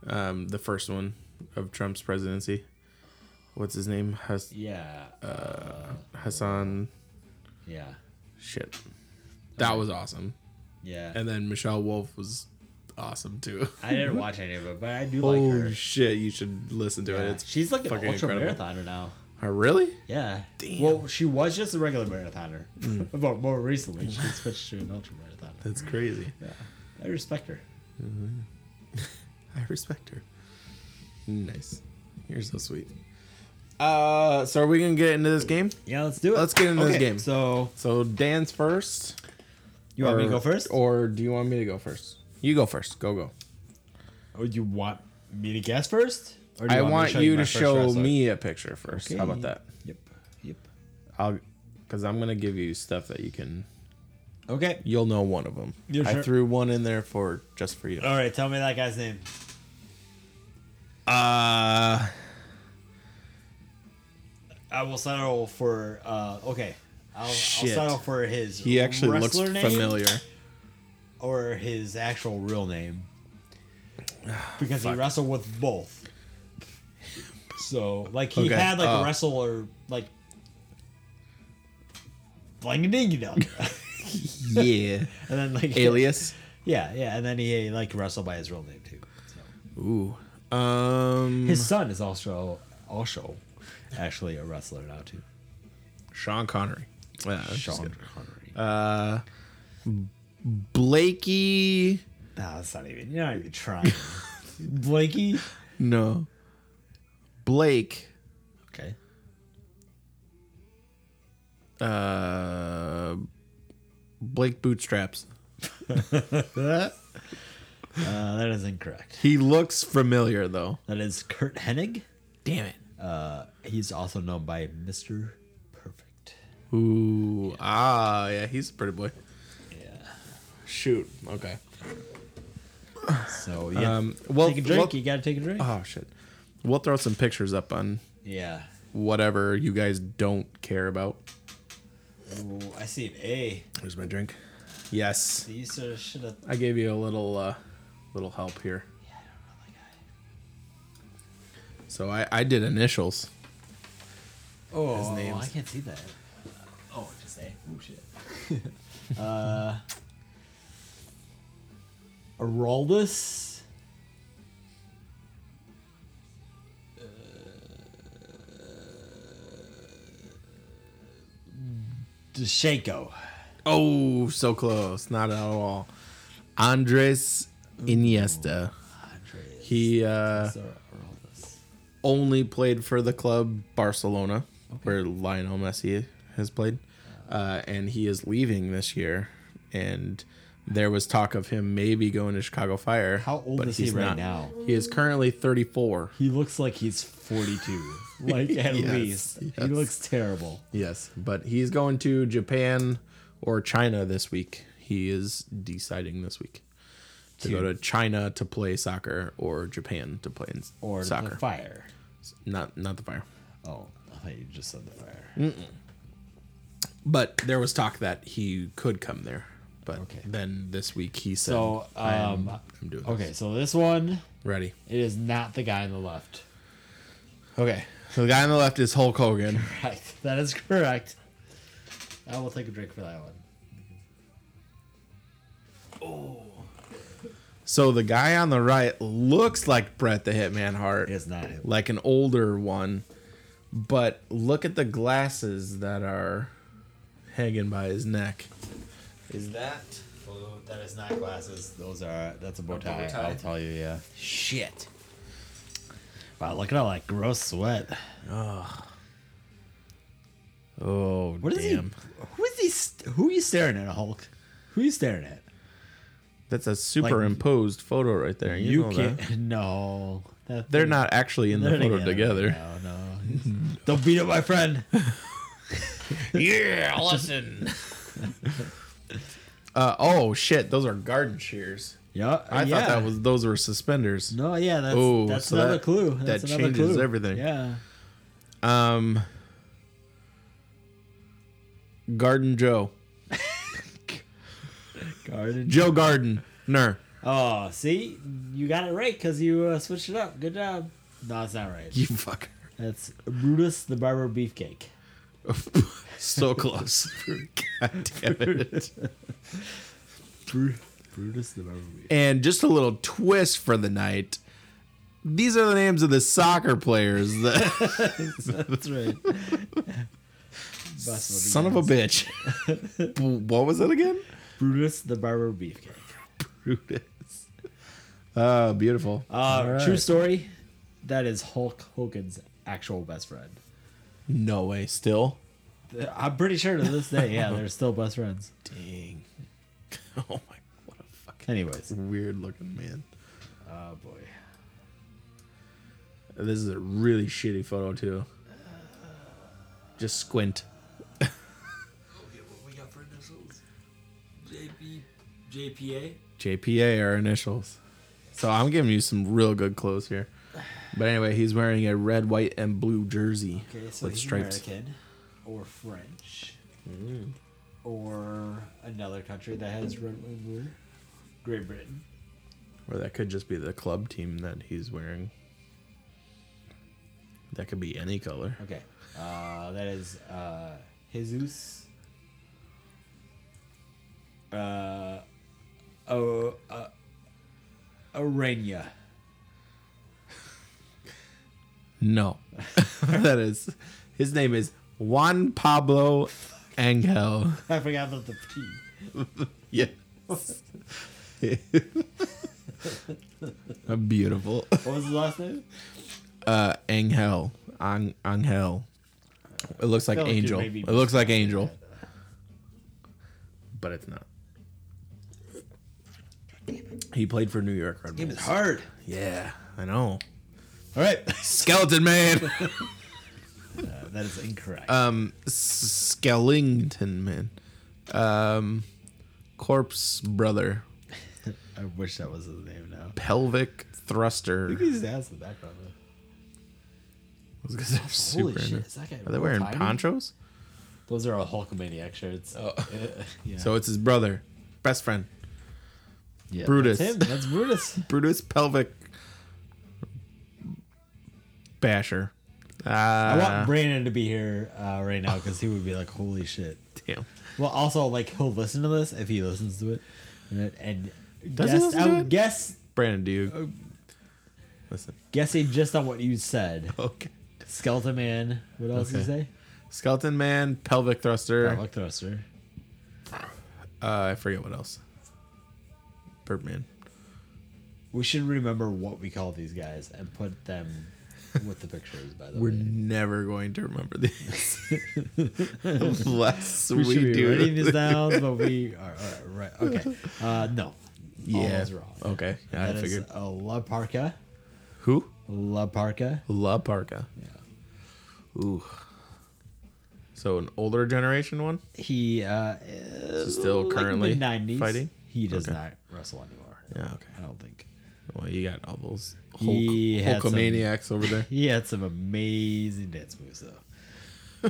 [SPEAKER 2] um, the first one of Trump's presidency. What's his name? Has-
[SPEAKER 1] Yeah.
[SPEAKER 2] Hassan.
[SPEAKER 1] yeah.
[SPEAKER 2] Shit. That was awesome.
[SPEAKER 1] Yeah.
[SPEAKER 2] And then Michelle Wolf was awesome too.
[SPEAKER 1] I didn't watch any of it, but I do
[SPEAKER 2] Holy
[SPEAKER 1] like her.
[SPEAKER 2] shit, you should listen to it.
[SPEAKER 1] Yeah.
[SPEAKER 2] It's
[SPEAKER 1] She's like an ultra
[SPEAKER 2] fucking incredible.
[SPEAKER 1] marathoner now.
[SPEAKER 2] Oh, really?
[SPEAKER 1] Yeah.
[SPEAKER 2] Damn. Mm.
[SPEAKER 1] Well, she was just a regular marathoner, but more recently she switched to an ultra marathoner.
[SPEAKER 2] That's crazy.
[SPEAKER 1] Yeah. I respect her.
[SPEAKER 2] I respect her. Nice. You're so sweet. Uh, so are we gonna get into this game?
[SPEAKER 1] Yeah, let's do it.
[SPEAKER 2] Let's get into this game.
[SPEAKER 1] So
[SPEAKER 2] So Dan's first.
[SPEAKER 1] you want me to
[SPEAKER 2] or-
[SPEAKER 1] go first, or,
[SPEAKER 2] or do you want me to go first? You go first. Go go.
[SPEAKER 1] you want me to guess first? Or do
[SPEAKER 2] I
[SPEAKER 1] me
[SPEAKER 2] want
[SPEAKER 1] you
[SPEAKER 2] you
[SPEAKER 1] my
[SPEAKER 2] to
[SPEAKER 1] first
[SPEAKER 2] show
[SPEAKER 1] wrestler?
[SPEAKER 2] me a picture first. How
[SPEAKER 1] Okay.
[SPEAKER 2] about that?
[SPEAKER 1] Yep. Yep.
[SPEAKER 2] I'll, because I'm gonna give you stuff that you can.
[SPEAKER 1] Okay.
[SPEAKER 2] You'll know one of them.
[SPEAKER 1] Yeah,
[SPEAKER 2] I
[SPEAKER 1] sure.
[SPEAKER 2] threw one in there for just for you.
[SPEAKER 1] All right. Tell me that guy's name.
[SPEAKER 2] Uh,
[SPEAKER 1] I will settle for. Uh, okay. I'll, I'll
[SPEAKER 2] Shit.
[SPEAKER 1] settle for his.
[SPEAKER 2] he actually looks
[SPEAKER 1] wrestler name.
[SPEAKER 2] familiar.
[SPEAKER 1] or his actual real name because he wrestled with both. So like he
[SPEAKER 2] Okay,
[SPEAKER 1] had like
[SPEAKER 2] oh.
[SPEAKER 1] a wrestler like bling dingy dong, and
[SPEAKER 2] Yeah.
[SPEAKER 1] then like
[SPEAKER 2] Alias.
[SPEAKER 1] yeah yeah, and then he like wrestled by his real name too. So.
[SPEAKER 2] Ooh. Um.
[SPEAKER 1] His son is also also actually a wrestler now too.
[SPEAKER 2] Sean Connery. Yeah, that's
[SPEAKER 1] Sean
[SPEAKER 2] good.
[SPEAKER 1] Connery.
[SPEAKER 2] Uh, Blakey.
[SPEAKER 1] no, that's not even. You're not even trying. Blakey.
[SPEAKER 2] No. Blake.
[SPEAKER 1] Okay.
[SPEAKER 2] Uh, Blake Bootstraps.
[SPEAKER 1] Uh, that is incorrect.
[SPEAKER 2] He looks familiar though.
[SPEAKER 1] That is Kurt Hennig.
[SPEAKER 2] Damn it.
[SPEAKER 1] Uh, he's also known by Mr. Perfect.
[SPEAKER 2] Ooh, ah, yeah, he's a pretty boy.
[SPEAKER 1] Yeah.
[SPEAKER 2] Shoot, okay.
[SPEAKER 1] So yeah.
[SPEAKER 2] Um, well,
[SPEAKER 1] take a drink.
[SPEAKER 2] well-
[SPEAKER 1] you gotta take a drink.
[SPEAKER 2] Oh shit, we'll throw some pictures up on
[SPEAKER 1] yeah.
[SPEAKER 2] whatever you guys don't care about.
[SPEAKER 1] Ooh, I see an A.
[SPEAKER 2] Where's my drink? Yes,
[SPEAKER 1] These sort should have.
[SPEAKER 2] I gave you a little, uh, little help here. So I, I did initials.
[SPEAKER 1] Oh,
[SPEAKER 2] His name's-
[SPEAKER 1] I can't see that. Oh, just A. Oh shit. uh, Araldus. Uh, Deshenko.
[SPEAKER 2] Oh, so close. Not at all. Andres Iniesta.
[SPEAKER 1] Andres.
[SPEAKER 2] He uh,
[SPEAKER 1] Sorry, Araldus.
[SPEAKER 2] only played for the club Barcelona,
[SPEAKER 1] Okay.
[SPEAKER 2] where Lionel Messi has played, uh, and he is leaving this year. And there was talk of him maybe going to Chicago Fire.
[SPEAKER 1] How old
[SPEAKER 2] but
[SPEAKER 1] is he
[SPEAKER 2] he's
[SPEAKER 1] right
[SPEAKER 2] not.
[SPEAKER 1] now?
[SPEAKER 2] He is currently 34.
[SPEAKER 1] He looks like he's 42. Like, at
[SPEAKER 2] Yes,
[SPEAKER 1] least. He
[SPEAKER 2] yes.
[SPEAKER 1] looks terrible.
[SPEAKER 2] Yes, but he's going to Japan or China this week. He is deciding this week to go to China to play soccer or Japan to play in
[SPEAKER 1] Or
[SPEAKER 2] soccer.
[SPEAKER 1] the fire.
[SPEAKER 2] Not not the fire.
[SPEAKER 1] Oh, I thought you just said the fire.
[SPEAKER 2] But there was talk that he could come there. But
[SPEAKER 1] Okay.
[SPEAKER 2] then this week he said,
[SPEAKER 1] So, um,
[SPEAKER 2] I'm doing
[SPEAKER 1] okay,
[SPEAKER 2] this.
[SPEAKER 1] so this one,
[SPEAKER 2] Ready.
[SPEAKER 1] it is not the guy on the left.
[SPEAKER 2] Okay. So the guy on the left is Hulk Hogan.
[SPEAKER 1] Right, that is correct. I will take a drink for that one.
[SPEAKER 2] So the guy on the right looks like Bret the Hitman Hart.
[SPEAKER 1] It is not him.
[SPEAKER 2] like an older one. But look at the glasses that are hanging by his neck.
[SPEAKER 1] Is that? Oh, that is not glasses. Those are, that's a bow tie.
[SPEAKER 2] tie.
[SPEAKER 1] I'll tell you, yeah.
[SPEAKER 2] Shit.
[SPEAKER 1] Wow, look at all that gross sweat.
[SPEAKER 2] Oh,
[SPEAKER 1] What is
[SPEAKER 2] damn.
[SPEAKER 1] he? Who is he? St- who are you staring at, Hulk? Who are you staring at?
[SPEAKER 2] That's a superimposed photo right there. You, know
[SPEAKER 1] can't.
[SPEAKER 2] that.
[SPEAKER 1] No, that
[SPEAKER 2] They're
[SPEAKER 1] thing-
[SPEAKER 2] not actually in the
[SPEAKER 1] they're
[SPEAKER 2] photo together.
[SPEAKER 1] No, no. Don't beat up my friend.
[SPEAKER 2] yeah, listen. uh, oh shit, those are garden shears.
[SPEAKER 1] Yeah,
[SPEAKER 2] I
[SPEAKER 1] yeah.
[SPEAKER 2] thought that was those were suspenders.
[SPEAKER 1] No, yeah, that's
[SPEAKER 2] Oh,
[SPEAKER 1] that's
[SPEAKER 2] so
[SPEAKER 1] another
[SPEAKER 2] that-
[SPEAKER 1] clue. That's
[SPEAKER 2] that
[SPEAKER 1] another
[SPEAKER 2] changes
[SPEAKER 1] clue.
[SPEAKER 2] everything.
[SPEAKER 1] Yeah.
[SPEAKER 2] Um, Garden Joe,
[SPEAKER 1] Garden.
[SPEAKER 2] Joe Garden, ner.
[SPEAKER 1] Oh, see, you got it right because you uh, switched it up. Good job. No, that's not right.
[SPEAKER 2] You fucker.
[SPEAKER 1] That's Brutus the Barber Beefcake.
[SPEAKER 2] so close. God damn it.
[SPEAKER 1] Bru- Brutus the Barber Beefcake.
[SPEAKER 2] And just a little twist for the night. These are the names of the soccer players. that-
[SPEAKER 1] That's right. Bust with the
[SPEAKER 2] son of a
[SPEAKER 1] guns.
[SPEAKER 2] bitch. what was it again?
[SPEAKER 1] Brutus the Barber Beefcake.
[SPEAKER 2] Brutus. Ah, beautiful.
[SPEAKER 1] Uh,
[SPEAKER 2] All right.
[SPEAKER 1] True story. That is Hulk Hogan's actual best friend.
[SPEAKER 2] No way. Still.
[SPEAKER 1] Th- Uh, I'm pretty sure to this day, yeah, they're still best friends.
[SPEAKER 2] Dang. Oh my. What a fucking
[SPEAKER 1] Anyways,
[SPEAKER 2] weird looking man.
[SPEAKER 1] oh boy,
[SPEAKER 2] This is a really shitty photo too. Just squint.
[SPEAKER 3] we got for initials? JP, JPA?
[SPEAKER 2] JPA are initials. So I'm giving you some real good clothes here. But anyway, he's wearing a red, white, and blue jersey
[SPEAKER 1] okay, so
[SPEAKER 2] with
[SPEAKER 1] he's
[SPEAKER 2] stripes.
[SPEAKER 1] American or French Mm. or another country that has red, white, and blue. Great Britain.
[SPEAKER 2] Or that could just be the club team that he's wearing. That could be any color.
[SPEAKER 1] Okay, uh, that is uh, Jesus. Uh, oh, uh, Arrhenia.
[SPEAKER 2] No. that is. His name is Juan Pablo Angel.
[SPEAKER 1] I forgot about the P.
[SPEAKER 2] Yes. Beautiful.
[SPEAKER 1] What was his last name?
[SPEAKER 2] uh angel Ang, angel it looks like
[SPEAKER 1] feel like you
[SPEAKER 2] angel
[SPEAKER 1] may be
[SPEAKER 2] it looks like angel but it's not he played for new york red
[SPEAKER 1] Game is
[SPEAKER 2] Bulls.
[SPEAKER 1] hard.
[SPEAKER 2] yeah i know
[SPEAKER 1] All right.
[SPEAKER 2] Skeleton Man.
[SPEAKER 1] Uh, that is incorrect.
[SPEAKER 2] um, Skellington Man. Um, Corpse Brother.
[SPEAKER 1] I wish that was his name now.
[SPEAKER 2] Pelvic Thruster.
[SPEAKER 1] Look at these ass in the background. though.
[SPEAKER 2] Those guys are
[SPEAKER 1] Holy
[SPEAKER 2] super
[SPEAKER 1] shit,
[SPEAKER 2] into-
[SPEAKER 1] is that guy
[SPEAKER 2] Are they wearing
[SPEAKER 1] Hulk
[SPEAKER 2] ponchos?
[SPEAKER 1] Those are all Hulkamaniac shirts.
[SPEAKER 2] Oh.
[SPEAKER 1] Uh, yeah.
[SPEAKER 2] So it's his brother, best friend,
[SPEAKER 1] Yeah,
[SPEAKER 2] Brutus.
[SPEAKER 1] That's, him. That's Brutus.
[SPEAKER 2] Brutus Pelvic Basher. Uh,
[SPEAKER 1] I want Brandon to be here uh, right now because he would be like, "Holy shit!"
[SPEAKER 2] damn.
[SPEAKER 1] Well, also like he'll listen to this if he listens to it, and, and
[SPEAKER 2] Does he
[SPEAKER 1] guess,
[SPEAKER 2] listen
[SPEAKER 1] I
[SPEAKER 2] to
[SPEAKER 1] would
[SPEAKER 2] it?
[SPEAKER 1] guess
[SPEAKER 2] Brandon, do you
[SPEAKER 1] Oh.
[SPEAKER 2] listen?
[SPEAKER 1] guessing just on what you said.
[SPEAKER 2] Okay.
[SPEAKER 1] Skeleton Man. What else did you
[SPEAKER 2] Okay.
[SPEAKER 1] say?
[SPEAKER 2] Skeleton Man, Pelvic Thruster.
[SPEAKER 1] Pelvic thruster.
[SPEAKER 2] Uh, I forget what else. Birdman.
[SPEAKER 1] We should remember what we call these guys and put them with the pictures. By the
[SPEAKER 2] We're
[SPEAKER 1] way,
[SPEAKER 2] never going to remember these unless we,
[SPEAKER 1] we, should be
[SPEAKER 2] do.
[SPEAKER 1] writing these down, but we are, are right. Okay, uh, no, all
[SPEAKER 2] Yeah.
[SPEAKER 1] is wrong.
[SPEAKER 2] Okay. Yeah, I
[SPEAKER 1] That is
[SPEAKER 2] figured.
[SPEAKER 1] a La Parca.
[SPEAKER 2] Who?
[SPEAKER 1] La Parca.
[SPEAKER 2] La Parka. Ooh. So an older generation one?
[SPEAKER 1] He uh,
[SPEAKER 2] So
[SPEAKER 1] is
[SPEAKER 2] still currently fighting?
[SPEAKER 1] He does
[SPEAKER 2] Okay.
[SPEAKER 1] not wrestle anymore.
[SPEAKER 2] Yeah. Okay.
[SPEAKER 1] I don't think.
[SPEAKER 2] Well, you got all those Hulk,
[SPEAKER 1] He had some-
[SPEAKER 2] Hulkamaniacs over there.
[SPEAKER 1] He had some amazing dance moves though.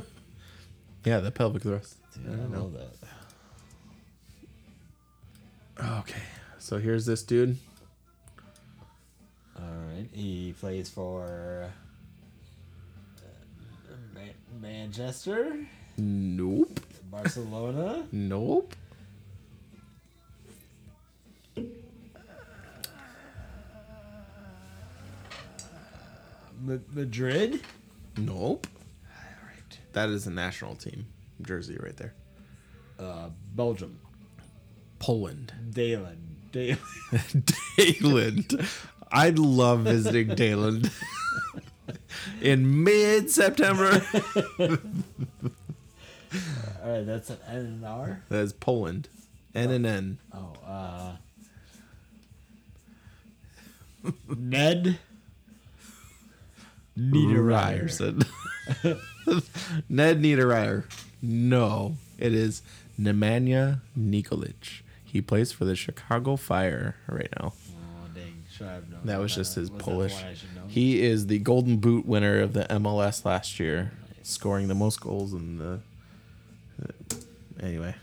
[SPEAKER 2] Yeah, the pelvic thrust.
[SPEAKER 1] Dude, I don't know that.
[SPEAKER 2] Okay. So here's this dude.
[SPEAKER 1] All right. He plays for uh, Ma- Manchester,
[SPEAKER 2] Nope.
[SPEAKER 1] Barcelona.
[SPEAKER 2] Nope.
[SPEAKER 1] M- Madrid.
[SPEAKER 2] Nope.
[SPEAKER 1] All right.
[SPEAKER 2] That is a national team jersey right there.
[SPEAKER 1] Uh, Belgium.
[SPEAKER 2] Poland.
[SPEAKER 1] Dalen. Dalen.
[SPEAKER 2] Dayland. I'd love visiting Dayland in mid September.
[SPEAKER 1] All right. That's an N and an R.
[SPEAKER 2] That's Poland. N and N.
[SPEAKER 1] Oh, uh. Ned Niederreiter.
[SPEAKER 2] Ryerson. Ned Niederreiter. No, it is Nemanja Nikolic. He plays for the Chicago Fire right now.
[SPEAKER 1] Oh, dang. Should I have known
[SPEAKER 2] That Uh, was just his
[SPEAKER 1] Was that the
[SPEAKER 2] Polish.
[SPEAKER 1] one I should know?
[SPEAKER 2] He is the Golden Boot winner of the MLS last year, scoring the most goals in the. uh, Anyway,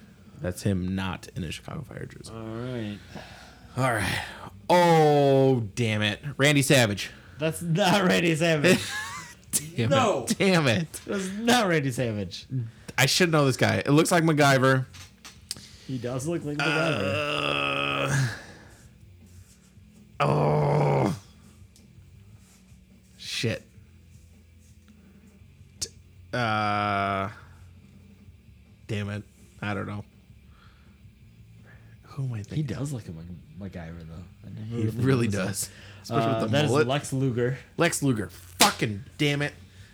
[SPEAKER 2] that's him not in a Chicago Fire jersey.
[SPEAKER 1] All right.
[SPEAKER 2] Uh, All right. Oh damn it, Randy Savage.
[SPEAKER 1] That's not Randy Savage.
[SPEAKER 2] Damn
[SPEAKER 1] No.
[SPEAKER 2] It. Damn it.
[SPEAKER 1] That's not Randy Savage.
[SPEAKER 2] I should know this guy. It looks like MacGyver.
[SPEAKER 1] He does look like the guy.
[SPEAKER 2] Uh, oh. Shit. T- uh. Damn it. I don't know. Who am I
[SPEAKER 1] He
[SPEAKER 2] thinking?
[SPEAKER 1] does look like MacGyver, though. I never
[SPEAKER 2] He,
[SPEAKER 1] really
[SPEAKER 2] really
[SPEAKER 1] noticed
[SPEAKER 2] does.
[SPEAKER 1] that.
[SPEAKER 2] Especially
[SPEAKER 1] Uh,
[SPEAKER 2] with the
[SPEAKER 1] that is
[SPEAKER 2] mullet.
[SPEAKER 1] Lex Luger.
[SPEAKER 2] Lex Luger. Fucking damn it.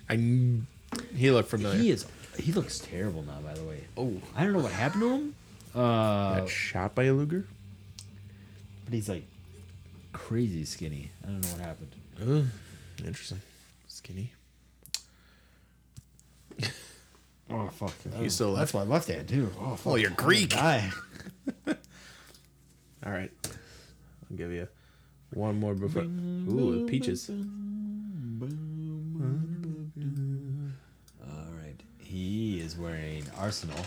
[SPEAKER 2] I. kn- He looked familiar.
[SPEAKER 1] He is. He looks terrible now. By the way,
[SPEAKER 2] Oh.
[SPEAKER 1] I don't know what happened to him. Uh,
[SPEAKER 2] Got shot by a Luger?
[SPEAKER 1] but he's like crazy skinny. I don't know what happened.
[SPEAKER 2] Ugh. Interesting. Skinny.
[SPEAKER 1] Oh fuck!
[SPEAKER 2] You still
[SPEAKER 1] that's
[SPEAKER 2] left.
[SPEAKER 1] my left hand too. Oh fuck!
[SPEAKER 2] Oh, you're Greek.
[SPEAKER 1] Die.
[SPEAKER 2] All right. I'll give you one more before. Ooh, peaches.
[SPEAKER 1] All right. He is wearing Arsenal. Is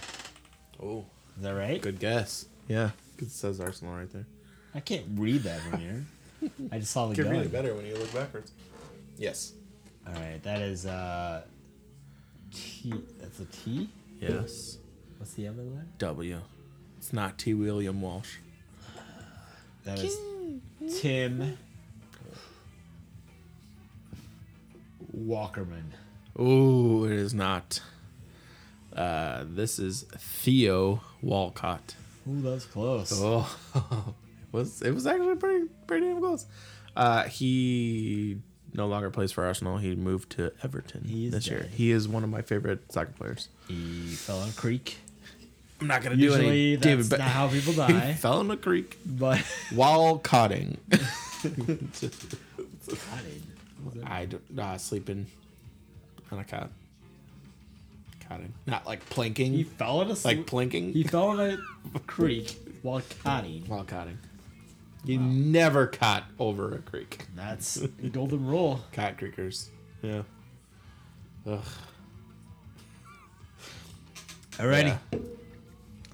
[SPEAKER 2] Oh,
[SPEAKER 1] that right?
[SPEAKER 2] good guess. Yeah. It says Arsenal right there.
[SPEAKER 1] I can't read that from here. I just saw the
[SPEAKER 2] Could
[SPEAKER 1] gun.
[SPEAKER 2] read it better when you look backwards. Yes.
[SPEAKER 1] All right, that is uh, T. That's a T.
[SPEAKER 2] Yes.
[SPEAKER 1] What's the M in there?
[SPEAKER 2] W. It's not T. William Walsh.
[SPEAKER 1] That is Tim Walkerman.
[SPEAKER 2] Oh, it is not. Uh, this is Theo Walcott.
[SPEAKER 1] Ooh, that was close.
[SPEAKER 2] Oh, it was it was actually pretty pretty damn close. Uh, he no longer plays for Arsenal. He moved to Everton
[SPEAKER 1] He is
[SPEAKER 2] this year.
[SPEAKER 1] dead.
[SPEAKER 2] He is one of my favorite soccer players.
[SPEAKER 1] He fell in a creek.
[SPEAKER 2] I'm not gonna do
[SPEAKER 1] Usually,
[SPEAKER 2] any
[SPEAKER 1] that's
[SPEAKER 2] David. Be-
[SPEAKER 1] not how people
[SPEAKER 2] he
[SPEAKER 1] die.
[SPEAKER 2] fell in a creek
[SPEAKER 1] but
[SPEAKER 2] while cutting.
[SPEAKER 1] God, it-
[SPEAKER 2] I don't, uh, sleeping on a cot. Cotting. Not like planking.
[SPEAKER 1] He fell in a sl-
[SPEAKER 2] like planking.
[SPEAKER 1] he fell in a creek while cotting.
[SPEAKER 2] while cotting. You never caught over a creek.
[SPEAKER 1] That's the golden rule.
[SPEAKER 2] Cot creekers. Yeah. Ugh.
[SPEAKER 1] Alrighty.
[SPEAKER 2] Yeah.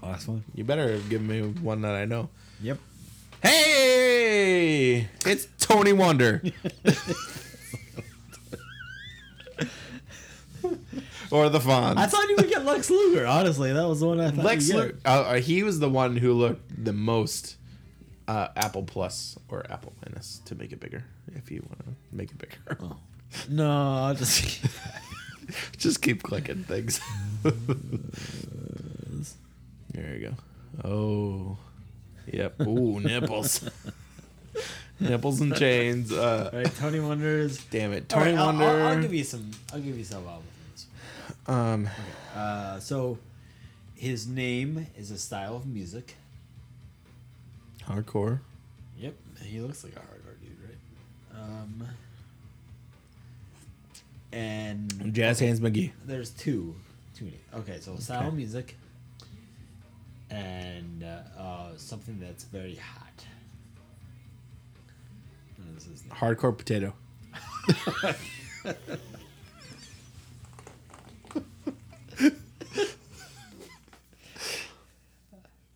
[SPEAKER 1] Last one.
[SPEAKER 2] You better have given me one that I know.
[SPEAKER 1] Yep.
[SPEAKER 2] Hey! It's Tony Wonder. or the Fonz.
[SPEAKER 1] I thought you would get Lex Luger. Honestly, that was the one I thought.
[SPEAKER 2] Lex
[SPEAKER 1] you'd get.
[SPEAKER 2] Luger. Uh, uh, he was the one who looked the most uh, Apple Plus or Apple Minus to make it bigger. If you want to make it bigger,
[SPEAKER 1] No, I'll just.
[SPEAKER 2] just keep clicking things. there you go. Oh, yep. Ooh, nipples, nipples and chains. Uh,
[SPEAKER 1] All right, Tony Wonder is.
[SPEAKER 2] Damn it,
[SPEAKER 1] All
[SPEAKER 2] Tony
[SPEAKER 1] right, I'll-
[SPEAKER 2] Wonder.
[SPEAKER 1] I'll, I'll give you some. I'll give you some album names.
[SPEAKER 2] um,
[SPEAKER 1] Uh, so, his name is a style of music.
[SPEAKER 2] hardcore.
[SPEAKER 1] Yep, he looks like a hardcore dude, right? Um, and
[SPEAKER 2] Jazz Hands McGee.
[SPEAKER 1] there's two, two. names. Okay, so style of music, and uh, uh, something that's very hot. What is his name?
[SPEAKER 2] Hardcore potato.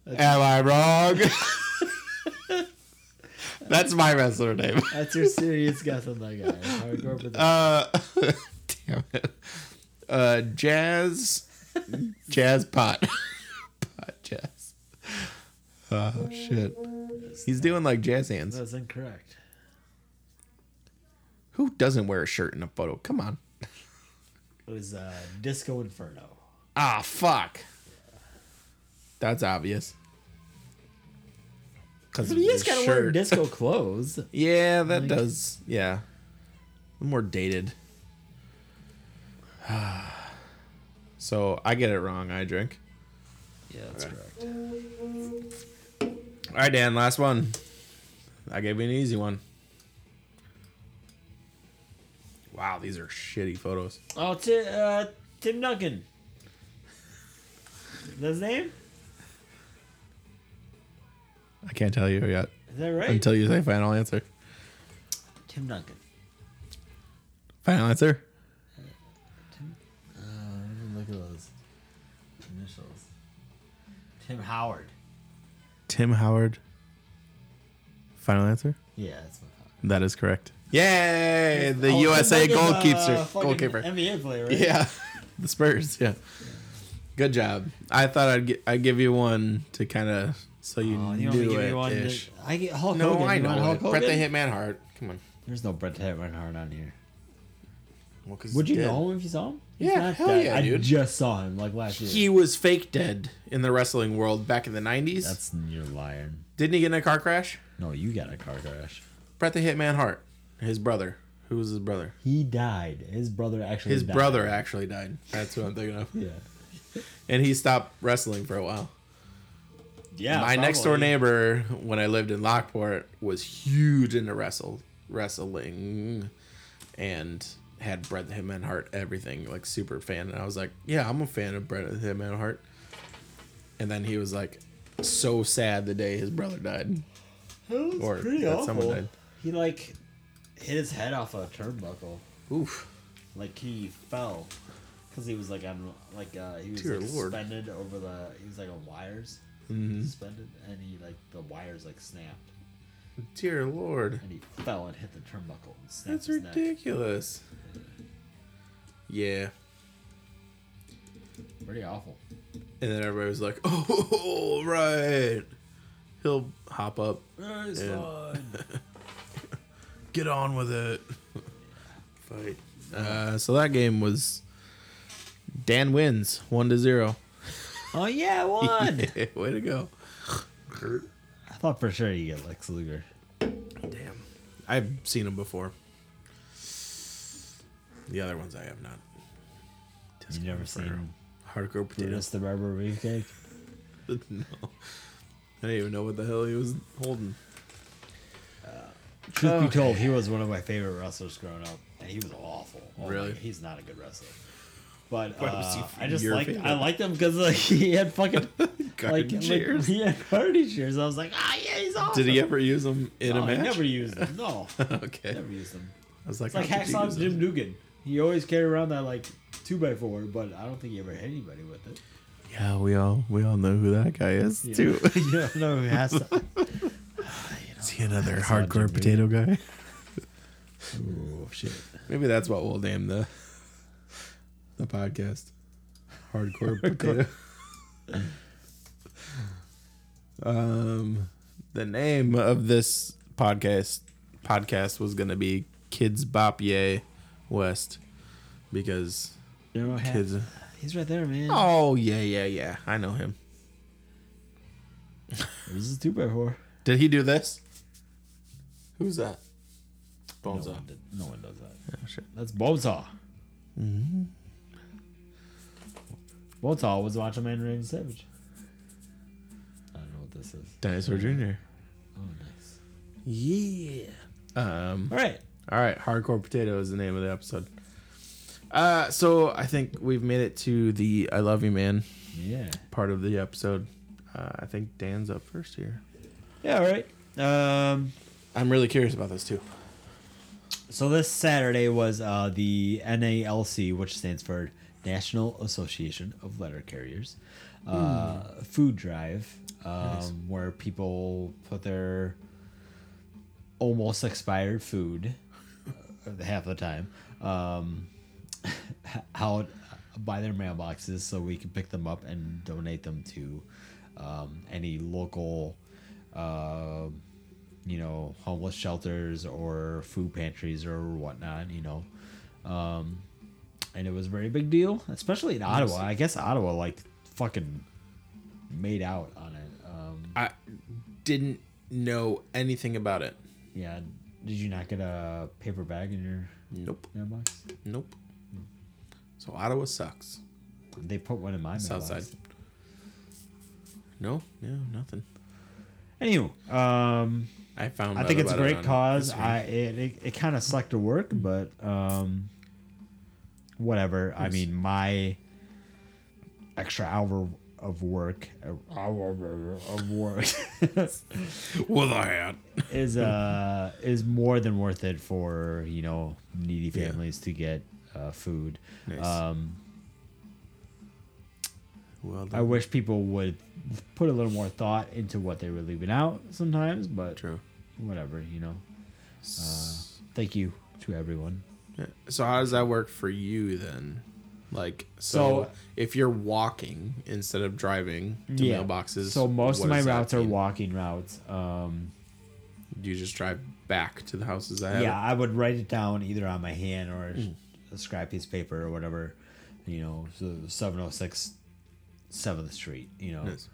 [SPEAKER 2] Am I wrong? That's my wrestler name.
[SPEAKER 1] That's your serious guess on that guy. Hardcore, but
[SPEAKER 2] Uh, damn it. Uh, jazz, jazz pot, pot jazz. Oh shit! He's doing like jazz hands.
[SPEAKER 1] that's incorrect.
[SPEAKER 2] Who doesn't wear a shirt in a photo? Come on.
[SPEAKER 1] It was uh, Disco Inferno.
[SPEAKER 2] Ah, fuck. That's obvious. Because
[SPEAKER 1] But he is kind of wearing disco clothes.
[SPEAKER 2] Yeah, that does. Yeah, more dated. so I get it wrong. I drink.
[SPEAKER 1] Yeah, that's correct.
[SPEAKER 2] All right, Dan. Last one. I gave you an easy one. Wow, these are shitty photos.
[SPEAKER 1] Oh, Tim, uh, Tim Duncan. Is that his name?
[SPEAKER 2] I can't tell you yet
[SPEAKER 1] Is that right?
[SPEAKER 2] until you say final answer.
[SPEAKER 1] Tim Duncan.
[SPEAKER 2] Final answer.
[SPEAKER 1] Uh, look at those initials. Tim Howard.
[SPEAKER 2] Tim Howard. Final answer.
[SPEAKER 1] Yeah, that's Oh, my Howard.
[SPEAKER 2] That is correct. Yay! The USA goalkeeper.
[SPEAKER 1] uh,
[SPEAKER 2] goalkeeper.
[SPEAKER 1] NBA player, right?
[SPEAKER 2] yeah, the Spurs. Yeah. Good job. I thought I'd gi- I'd give you one to kind of so you
[SPEAKER 1] Oh, you want me
[SPEAKER 2] knew
[SPEAKER 1] to give
[SPEAKER 2] it.
[SPEAKER 1] you one? that-
[SPEAKER 2] ish.
[SPEAKER 1] I get Hulk
[SPEAKER 2] No,
[SPEAKER 1] Hogan.
[SPEAKER 2] I
[SPEAKER 1] You want
[SPEAKER 2] know.
[SPEAKER 1] Hulk
[SPEAKER 2] It. Bret the
[SPEAKER 1] Hogan?
[SPEAKER 2] Hitman Hart. Come on.
[SPEAKER 1] There's no Bret the Hitman Hart on here.
[SPEAKER 2] Well, 'cause
[SPEAKER 1] Would
[SPEAKER 2] he's
[SPEAKER 1] you
[SPEAKER 2] dead.
[SPEAKER 1] know him if you saw him? He's
[SPEAKER 2] Yeah,
[SPEAKER 1] not
[SPEAKER 2] hell
[SPEAKER 1] dead.
[SPEAKER 2] yeah,
[SPEAKER 1] I
[SPEAKER 2] dude.
[SPEAKER 1] just saw him like last year.
[SPEAKER 2] He was fake dead in the wrestling world back in the nineties.
[SPEAKER 1] That's you're lying.
[SPEAKER 2] Didn't he get in a car crash?
[SPEAKER 1] No, you got a car crash.
[SPEAKER 2] Bret the Hitman Hart, his brother. Who was his brother?
[SPEAKER 1] He died. His brother actually.
[SPEAKER 2] His
[SPEAKER 1] died.
[SPEAKER 2] brother actually died. That's what I'm thinking of.
[SPEAKER 1] Yeah.
[SPEAKER 2] And he stopped wrestling for a while.
[SPEAKER 1] Yeah.
[SPEAKER 2] my next door neighbor when I lived in Lockport was huge into wrestle wrestling and had Bret the Hitman Hart everything like super fan and I was like yeah I'm a fan of Bret the Hitman Hart and then he was like so sad the day his brother died or
[SPEAKER 1] pretty
[SPEAKER 2] that someone
[SPEAKER 1] awful.
[SPEAKER 2] died.
[SPEAKER 1] He like hit his head off a turnbuckle.
[SPEAKER 2] oof
[SPEAKER 1] Like he fell because he was like on like uh, he was
[SPEAKER 2] Dear
[SPEAKER 1] like,
[SPEAKER 2] Lord. Mm-hmm.
[SPEAKER 1] suspended over the he was like on wires suspended and he like the wires like snapped
[SPEAKER 2] dear lord
[SPEAKER 1] and he fell and hit the turnbuckle and snapped
[SPEAKER 2] that's
[SPEAKER 1] his neck.
[SPEAKER 2] ridiculous yeah
[SPEAKER 1] Pretty awful.
[SPEAKER 2] and then everybody was like oh right he'll hop up Yeah. get on with it. Fight. Uh, so that game was Dan wins one to zero.
[SPEAKER 1] oh yeah, I won.
[SPEAKER 2] Way to go.
[SPEAKER 1] I thought for sure you get Lex Luger.
[SPEAKER 2] Damn. I've seen him before. The other ones I have not.
[SPEAKER 1] You never seen him.
[SPEAKER 2] Hardcore potato.
[SPEAKER 1] Brutus the Barber Beefcake.
[SPEAKER 2] no. I don't even know what the hell he was holding. Oh.
[SPEAKER 1] Truth be told, he was one of my favorite wrestlers growing up. and he was awful. Oh my-
[SPEAKER 2] Really?
[SPEAKER 1] he's not a good wrestler. But
[SPEAKER 2] Why was he
[SPEAKER 1] uh, I just
[SPEAKER 2] your
[SPEAKER 1] like
[SPEAKER 2] favorite?
[SPEAKER 1] I liked him because like he had fucking like,
[SPEAKER 2] Garden
[SPEAKER 1] like
[SPEAKER 2] chairs.
[SPEAKER 1] he had party chairs. I was like, ah, yeah, he's awesome.
[SPEAKER 2] Did he ever use them in
[SPEAKER 1] No,
[SPEAKER 2] a
[SPEAKER 1] he
[SPEAKER 2] match?
[SPEAKER 1] never used them. No,
[SPEAKER 2] okay.
[SPEAKER 1] never used them.
[SPEAKER 2] I was like,
[SPEAKER 1] It's like
[SPEAKER 2] how could you
[SPEAKER 1] Hacksaw
[SPEAKER 2] use
[SPEAKER 1] Jim
[SPEAKER 2] them?
[SPEAKER 1] Dugan. He always carried around that like two by four, but I don't think he ever hit anybody with it.
[SPEAKER 2] Yeah, we all we all know who that guy is
[SPEAKER 1] Yeah.
[SPEAKER 2] too.
[SPEAKER 1] yeah, no, he has to.
[SPEAKER 2] Is he another
[SPEAKER 1] Hacksaw Jim
[SPEAKER 2] hardcore potato guy?
[SPEAKER 1] Oh shit!
[SPEAKER 2] Maybe that's what we'll name the the podcast. Hardcore potato. um the name of this podcast podcast was gonna be Kids Bop Yay West. Because
[SPEAKER 1] No hat.
[SPEAKER 2] kids
[SPEAKER 1] He's right there, man.
[SPEAKER 2] Oh yeah, yeah, yeah. I know him.
[SPEAKER 1] This is a two by four.
[SPEAKER 2] Did he do this? Who's that? Bones
[SPEAKER 1] no, one
[SPEAKER 2] up.
[SPEAKER 1] did- no one does that.
[SPEAKER 2] Oh, shit.
[SPEAKER 1] That's Bonesaw. Mm-hmm. Bonesaw was Macho Man Randy Savage. I don't know what this is.
[SPEAKER 2] Dinosaur Jr.
[SPEAKER 1] Oh, nice.
[SPEAKER 2] Yeah. Um
[SPEAKER 1] All right.
[SPEAKER 2] All right, hardcore potato is the name of the episode. Uh, so I think we've made it to the "I love you, man"
[SPEAKER 1] Yeah.
[SPEAKER 2] part of the episode. Uh, I think Dan's up first here.
[SPEAKER 1] Yeah. All right. Um.
[SPEAKER 2] I'm really curious about this too.
[SPEAKER 1] So this Saturday was uh, the NALC, which stands for National Association of Letter Carriers, uh, food drive, um, where people put their almost expired food uh, half the time um, out by their mailboxes, so we can pick them up and donate them to um, any local. Uh, you know, homeless shelters or food pantries or whatnot, you know. Um, and it was a very big deal, especially in Ottawa. I guess Ottawa, like, fucking made out on it. Um,
[SPEAKER 2] I didn't know anything about it.
[SPEAKER 1] yeah. Did you not get a paper bag in your
[SPEAKER 2] Nope,
[SPEAKER 1] mailbox?
[SPEAKER 2] nope. So Ottawa sucks.
[SPEAKER 1] They put one in my mailbox.
[SPEAKER 2] Southside. No, no, nothing.
[SPEAKER 1] Anywho, um,
[SPEAKER 2] I found.
[SPEAKER 1] I
[SPEAKER 2] out
[SPEAKER 1] think it's a
[SPEAKER 2] about it
[SPEAKER 1] great
[SPEAKER 2] on
[SPEAKER 1] cause.
[SPEAKER 2] Instagram.
[SPEAKER 1] I it, it, it kind of sucked to work, but um, whatever. I mean, my extra hour of work, hour of work,
[SPEAKER 2] Well, I had.
[SPEAKER 1] is uh is more than worth it for you know needy
[SPEAKER 2] Yeah.
[SPEAKER 1] families to get uh, food.
[SPEAKER 2] Nice.
[SPEAKER 1] Um,
[SPEAKER 2] Well,
[SPEAKER 1] I
[SPEAKER 2] done.
[SPEAKER 1] wish people would put a little more thought into what they were leaving out sometimes, but
[SPEAKER 2] True.
[SPEAKER 1] whatever, you know. Uh, thank you to everyone.
[SPEAKER 2] Yeah. So how does that work for you then? Like so,
[SPEAKER 1] So-
[SPEAKER 2] if you're walking instead of driving to mailboxes,
[SPEAKER 1] So most
[SPEAKER 2] what
[SPEAKER 1] of my
[SPEAKER 2] does that
[SPEAKER 1] routes are
[SPEAKER 2] mean?
[SPEAKER 1] walking routes. Um,
[SPEAKER 2] Do you just drive back to the houses I have?
[SPEAKER 1] yeah, I would write it down either on my hand or a sh- a scrap piece of paper or whatever. You know, so 706 7th Street, you know.
[SPEAKER 2] Nice.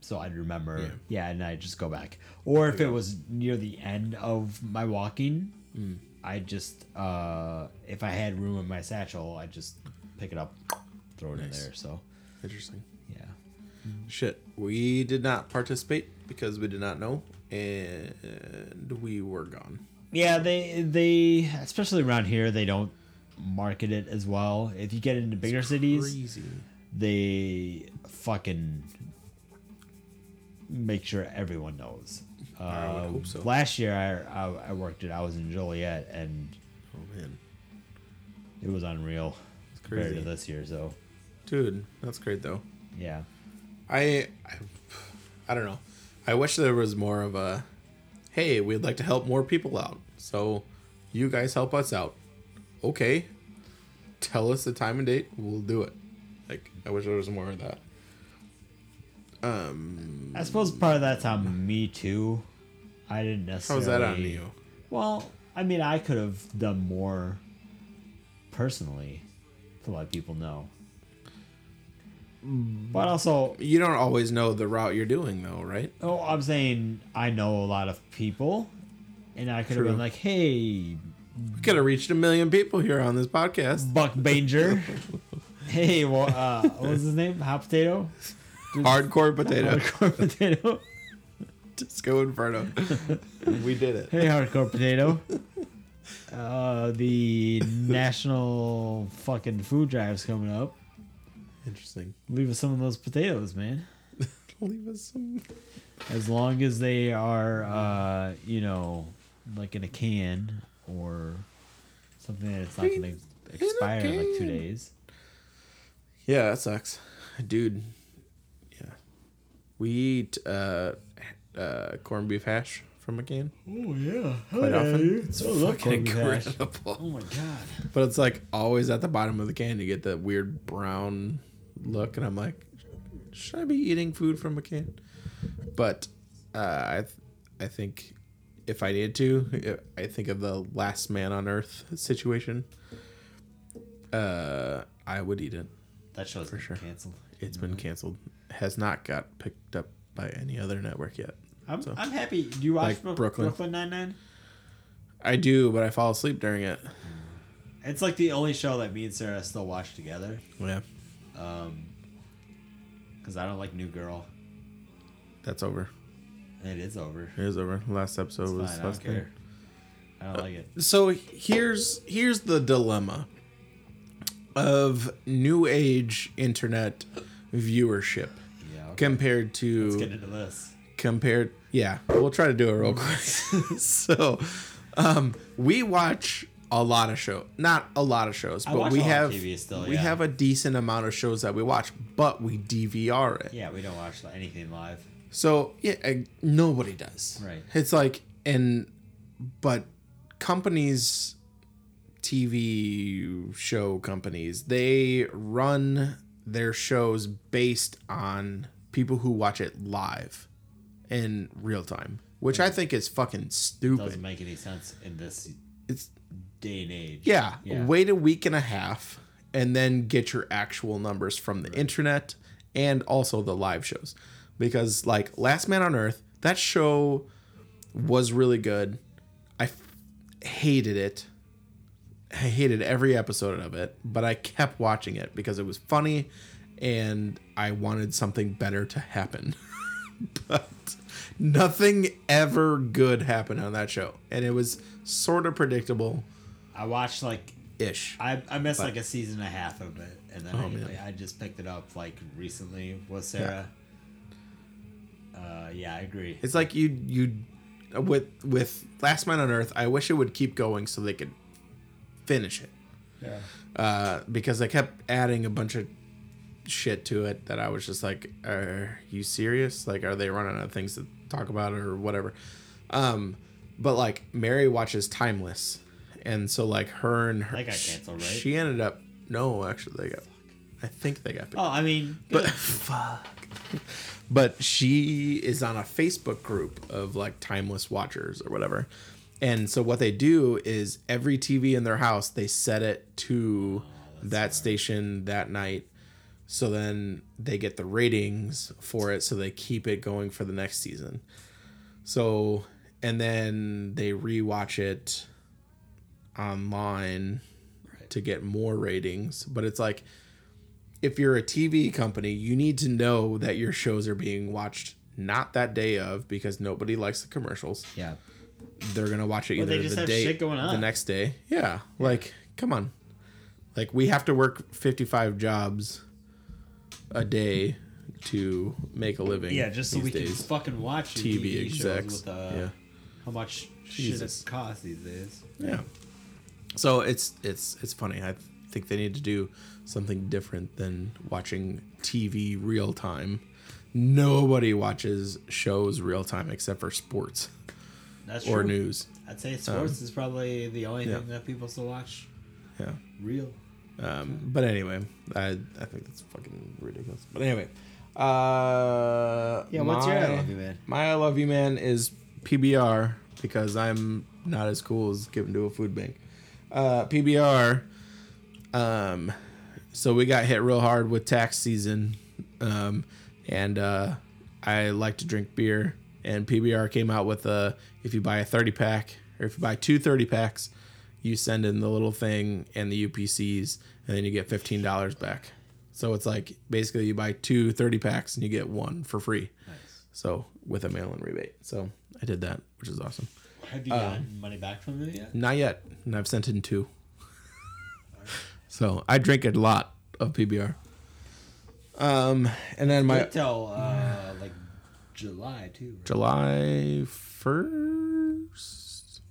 [SPEAKER 1] So I'd remember.
[SPEAKER 2] Yeah.
[SPEAKER 1] Yeah. and I'd just go back. Or if it was near the end of my walking,
[SPEAKER 2] Mm.
[SPEAKER 1] I'd just, uh, if I had room in my satchel, I'd just pick it up, throw it
[SPEAKER 2] Nice.
[SPEAKER 1] in there. So,
[SPEAKER 2] Interesting.
[SPEAKER 1] yeah.
[SPEAKER 2] Shit, we did not participate because we did not know, and we were gone.
[SPEAKER 1] Yeah, they they especially around here they don't market it as well. If you get into bigger cities,
[SPEAKER 2] Crazy.
[SPEAKER 1] they fucking make sure everyone knows. Uh,
[SPEAKER 2] I would hope so.
[SPEAKER 1] Last year I, I I worked it. I was in Joliet and
[SPEAKER 2] Oh man,
[SPEAKER 1] it was unreal compared to
[SPEAKER 2] crazy.
[SPEAKER 1] this year. So
[SPEAKER 2] dude, that's great though.
[SPEAKER 1] yeah,
[SPEAKER 2] I, I I don't know. I wish there was more of a hey, we'd like to help more people out. So you guys help us out. Okay. Tell us the time and date, we'll do it. Like I wish there was more of that. Um
[SPEAKER 1] I suppose part of that's on me too. I didn't necessarily.
[SPEAKER 2] how's that on you?
[SPEAKER 1] Well, I mean, I could have done more personally to let people know.
[SPEAKER 2] Mm.
[SPEAKER 1] But also,
[SPEAKER 2] You don't always know the route you're doing though, right?
[SPEAKER 1] oh, I'm saying I know a lot of people, and I could have been
[SPEAKER 2] True.
[SPEAKER 1] like, "Hey,
[SPEAKER 2] We could have reached a million people here on this podcast.
[SPEAKER 1] Buck Banger, hey, well, uh, what was his name? Hot potato,
[SPEAKER 2] Hardcore potato.
[SPEAKER 1] Hardcore potato."
[SPEAKER 2] Disco Inferno. we did it.
[SPEAKER 1] Hey, hardcore potato. Uh, the national fucking food drive's coming up.
[SPEAKER 2] Interesting.
[SPEAKER 1] Leave us some of those potatoes, man.
[SPEAKER 2] Leave us some.
[SPEAKER 1] As long as they are, uh, you know, like in a can or something that's not going to expire in like two
[SPEAKER 2] can.
[SPEAKER 1] days.
[SPEAKER 2] Yeah, that sucks, dude. Yeah, we eat uh, uh, corned beef hash from a can
[SPEAKER 1] Oh, yeah.
[SPEAKER 2] quite often. It's
[SPEAKER 1] I love corned
[SPEAKER 2] fucking
[SPEAKER 1] beef hash. Oh,
[SPEAKER 2] incredible.
[SPEAKER 1] my God.
[SPEAKER 2] But it's like always at the bottom of the can, you get that weird brown look, and I'm like, should I be eating food from a can? But uh, I, th- I think if I needed to, I I think of the last man on earth situation. Uh, I would eat it.
[SPEAKER 1] That show's been
[SPEAKER 2] sure.
[SPEAKER 1] canceled.
[SPEAKER 2] It's been
[SPEAKER 1] Mm-hmm.
[SPEAKER 2] canceled. Has not got picked up by any other network yet.
[SPEAKER 1] I'm,
[SPEAKER 2] So-
[SPEAKER 1] I'm happy. Do you watch
[SPEAKER 2] Like
[SPEAKER 1] Brook-
[SPEAKER 2] Brooklyn.
[SPEAKER 1] Brooklyn Nine-Nine?
[SPEAKER 2] I do, but I fall asleep during it.
[SPEAKER 1] It's like the only show that me and Sarah still watch together.
[SPEAKER 2] Yeah,
[SPEAKER 1] Because I don't like New Girl.
[SPEAKER 2] that's over.
[SPEAKER 1] It is over.
[SPEAKER 2] It is over. Last episode
[SPEAKER 1] It's
[SPEAKER 2] was
[SPEAKER 1] fine. I
[SPEAKER 2] last
[SPEAKER 1] don't
[SPEAKER 2] night.
[SPEAKER 1] care. I don't like it.
[SPEAKER 2] so here's here's the dilemma of new age internet viewership
[SPEAKER 1] Yeah. Okay.
[SPEAKER 2] compared to
[SPEAKER 1] Let's get into this.
[SPEAKER 2] compared yeah we'll try to do it real quick
[SPEAKER 1] Mm-hmm.
[SPEAKER 2] so um we watch a lot of show not a lot of shows
[SPEAKER 1] I
[SPEAKER 2] but
[SPEAKER 1] watch
[SPEAKER 2] we
[SPEAKER 1] a lot of
[SPEAKER 2] have
[SPEAKER 1] TV still,
[SPEAKER 2] we
[SPEAKER 1] yeah.
[SPEAKER 2] have a decent amount of shows that we watch but we dvr it
[SPEAKER 1] Yeah, we don't watch li- anything live.
[SPEAKER 2] so yeah, I- nobody does.
[SPEAKER 1] Right.
[SPEAKER 2] It's like and but companies, TV show companies, they run their shows based on people who watch it live in real time, which I think is fucking
[SPEAKER 1] Doesn't
[SPEAKER 2] stupid.
[SPEAKER 1] make any sense in this
[SPEAKER 2] It's
[SPEAKER 1] day and age.
[SPEAKER 2] yeah,
[SPEAKER 1] Yeah.
[SPEAKER 2] wait a week and a half and then get your actual numbers from the internet and also the live shows. Because like Last Man on Earth, that show was really good. I f- hated it. I hated every episode of it, but I kept watching it because it was funny and I wanted something better to happen. but nothing ever good happened on that show. And it was sort of predictable
[SPEAKER 1] I watched like
[SPEAKER 2] ish.
[SPEAKER 1] I I missed like a season and a half of it, and
[SPEAKER 2] Oh,
[SPEAKER 1] then I, I just picked it up like recently with Sarah. Uh, yeah, I agree.
[SPEAKER 2] It's like you you with with Last Man on Earth. I wish it would keep going so they could finish it
[SPEAKER 1] Yeah.
[SPEAKER 2] uh, because they kept adding a bunch of shit to it that I was just like, are you serious? Like, are they running out of things to talk about or whatever? Um, but like Mary watches Timeless, and so like her and her
[SPEAKER 1] That got canceled, right?
[SPEAKER 2] She ended up no, actually they got. I think they got.
[SPEAKER 1] Oh, I mean,
[SPEAKER 2] But
[SPEAKER 1] good.
[SPEAKER 2] fuck. But she is on a Facebook group of like timeless watchers or whatever. And so what they do is every TV in their house, they set it to that station that night. So then they get the ratings for it so they keep it going for the next season. So and then they rewatch it online to get more ratings, but it's like if you're a TV company, you need to know that your shows are being watched not that day of because nobody likes the commercials.
[SPEAKER 1] yeah.
[SPEAKER 2] They're gonna watch it either
[SPEAKER 1] they just
[SPEAKER 2] the
[SPEAKER 1] have
[SPEAKER 2] day
[SPEAKER 1] shit going
[SPEAKER 2] the
[SPEAKER 1] on.
[SPEAKER 2] next day. Yeah, like come on, like we have to work fifty five jobs a day to make a living.
[SPEAKER 1] Yeah, just so
[SPEAKER 2] these
[SPEAKER 1] we can
[SPEAKER 2] days.
[SPEAKER 1] fucking watch the
[SPEAKER 2] TV
[SPEAKER 1] TV,
[SPEAKER 2] execs,
[SPEAKER 1] shows with uh,
[SPEAKER 2] yeah.
[SPEAKER 1] how much
[SPEAKER 2] Jesus.
[SPEAKER 1] shit it costs these days.
[SPEAKER 2] Yeah. So it's it's it's funny. I think they need to do something different than watching TV real time. Nobody watches shows real time except for sports
[SPEAKER 1] That's
[SPEAKER 2] or
[SPEAKER 1] true.
[SPEAKER 2] news.
[SPEAKER 1] I'd say sports is probably the only
[SPEAKER 2] yeah.
[SPEAKER 1] thing that people still watch
[SPEAKER 2] Yeah.
[SPEAKER 1] real.
[SPEAKER 2] Um, but anyway, I I think that's fucking ridiculous. But anyway, uh,
[SPEAKER 1] Yeah, what's your
[SPEAKER 2] my-
[SPEAKER 1] I love you, man?
[SPEAKER 2] My I love you, man, is PBR because I'm not as cool as giving to a food bank. Uh, PBR. Um, so we got hit real hard with tax season, um, and uh, I like to drink beer. And PBR came out with a if you buy a 30 pack or if you buy two 30 packs, you send in the little thing and the UPCs, and then you get $15 back. So it's like basically you buy two 30 packs and you get one for free.
[SPEAKER 1] Nice.
[SPEAKER 2] So with a mail-in rebate. So I did that, which is awesome.
[SPEAKER 1] Have you
[SPEAKER 2] Uh,
[SPEAKER 1] gotten money back from them yet?
[SPEAKER 2] Not yet, and I've sent in two. so I drink a lot of PBR. Um, and then my
[SPEAKER 1] Wait till uh, like July too. Right?
[SPEAKER 2] July first.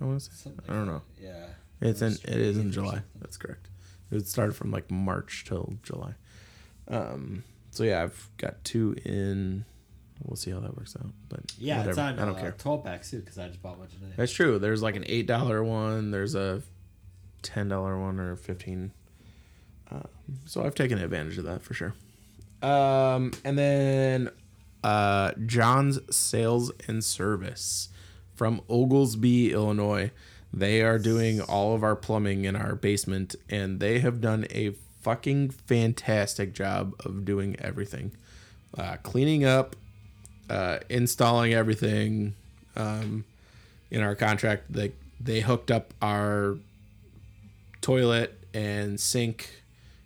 [SPEAKER 2] I want to say.
[SPEAKER 1] Something
[SPEAKER 2] I don't know.
[SPEAKER 1] like that. Yeah.
[SPEAKER 2] It's in.
[SPEAKER 1] That's
[SPEAKER 2] It is in
[SPEAKER 1] right.
[SPEAKER 2] July. That's correct. It started from like March till July. Um. So yeah, I've got two in. We'll see how that works out. But
[SPEAKER 1] Yeah,
[SPEAKER 2] whatever.
[SPEAKER 1] it's on.
[SPEAKER 2] I don't
[SPEAKER 1] uh,
[SPEAKER 2] care.
[SPEAKER 1] Twelve pack too, because I just bought one today.
[SPEAKER 2] That's true. There's like an eight dollar one. There's a ten dollar one or fifteen. Um, so I've taken advantage of that for sure. Um, and then uh, John's Sales and Service from Oglesby, Illinois. They are doing all of our plumbing in our basement, and they have done a fucking fantastic job of doing everything, uh, cleaning up, uh, installing everything. Um, in our contract like they hooked up our toilet and sink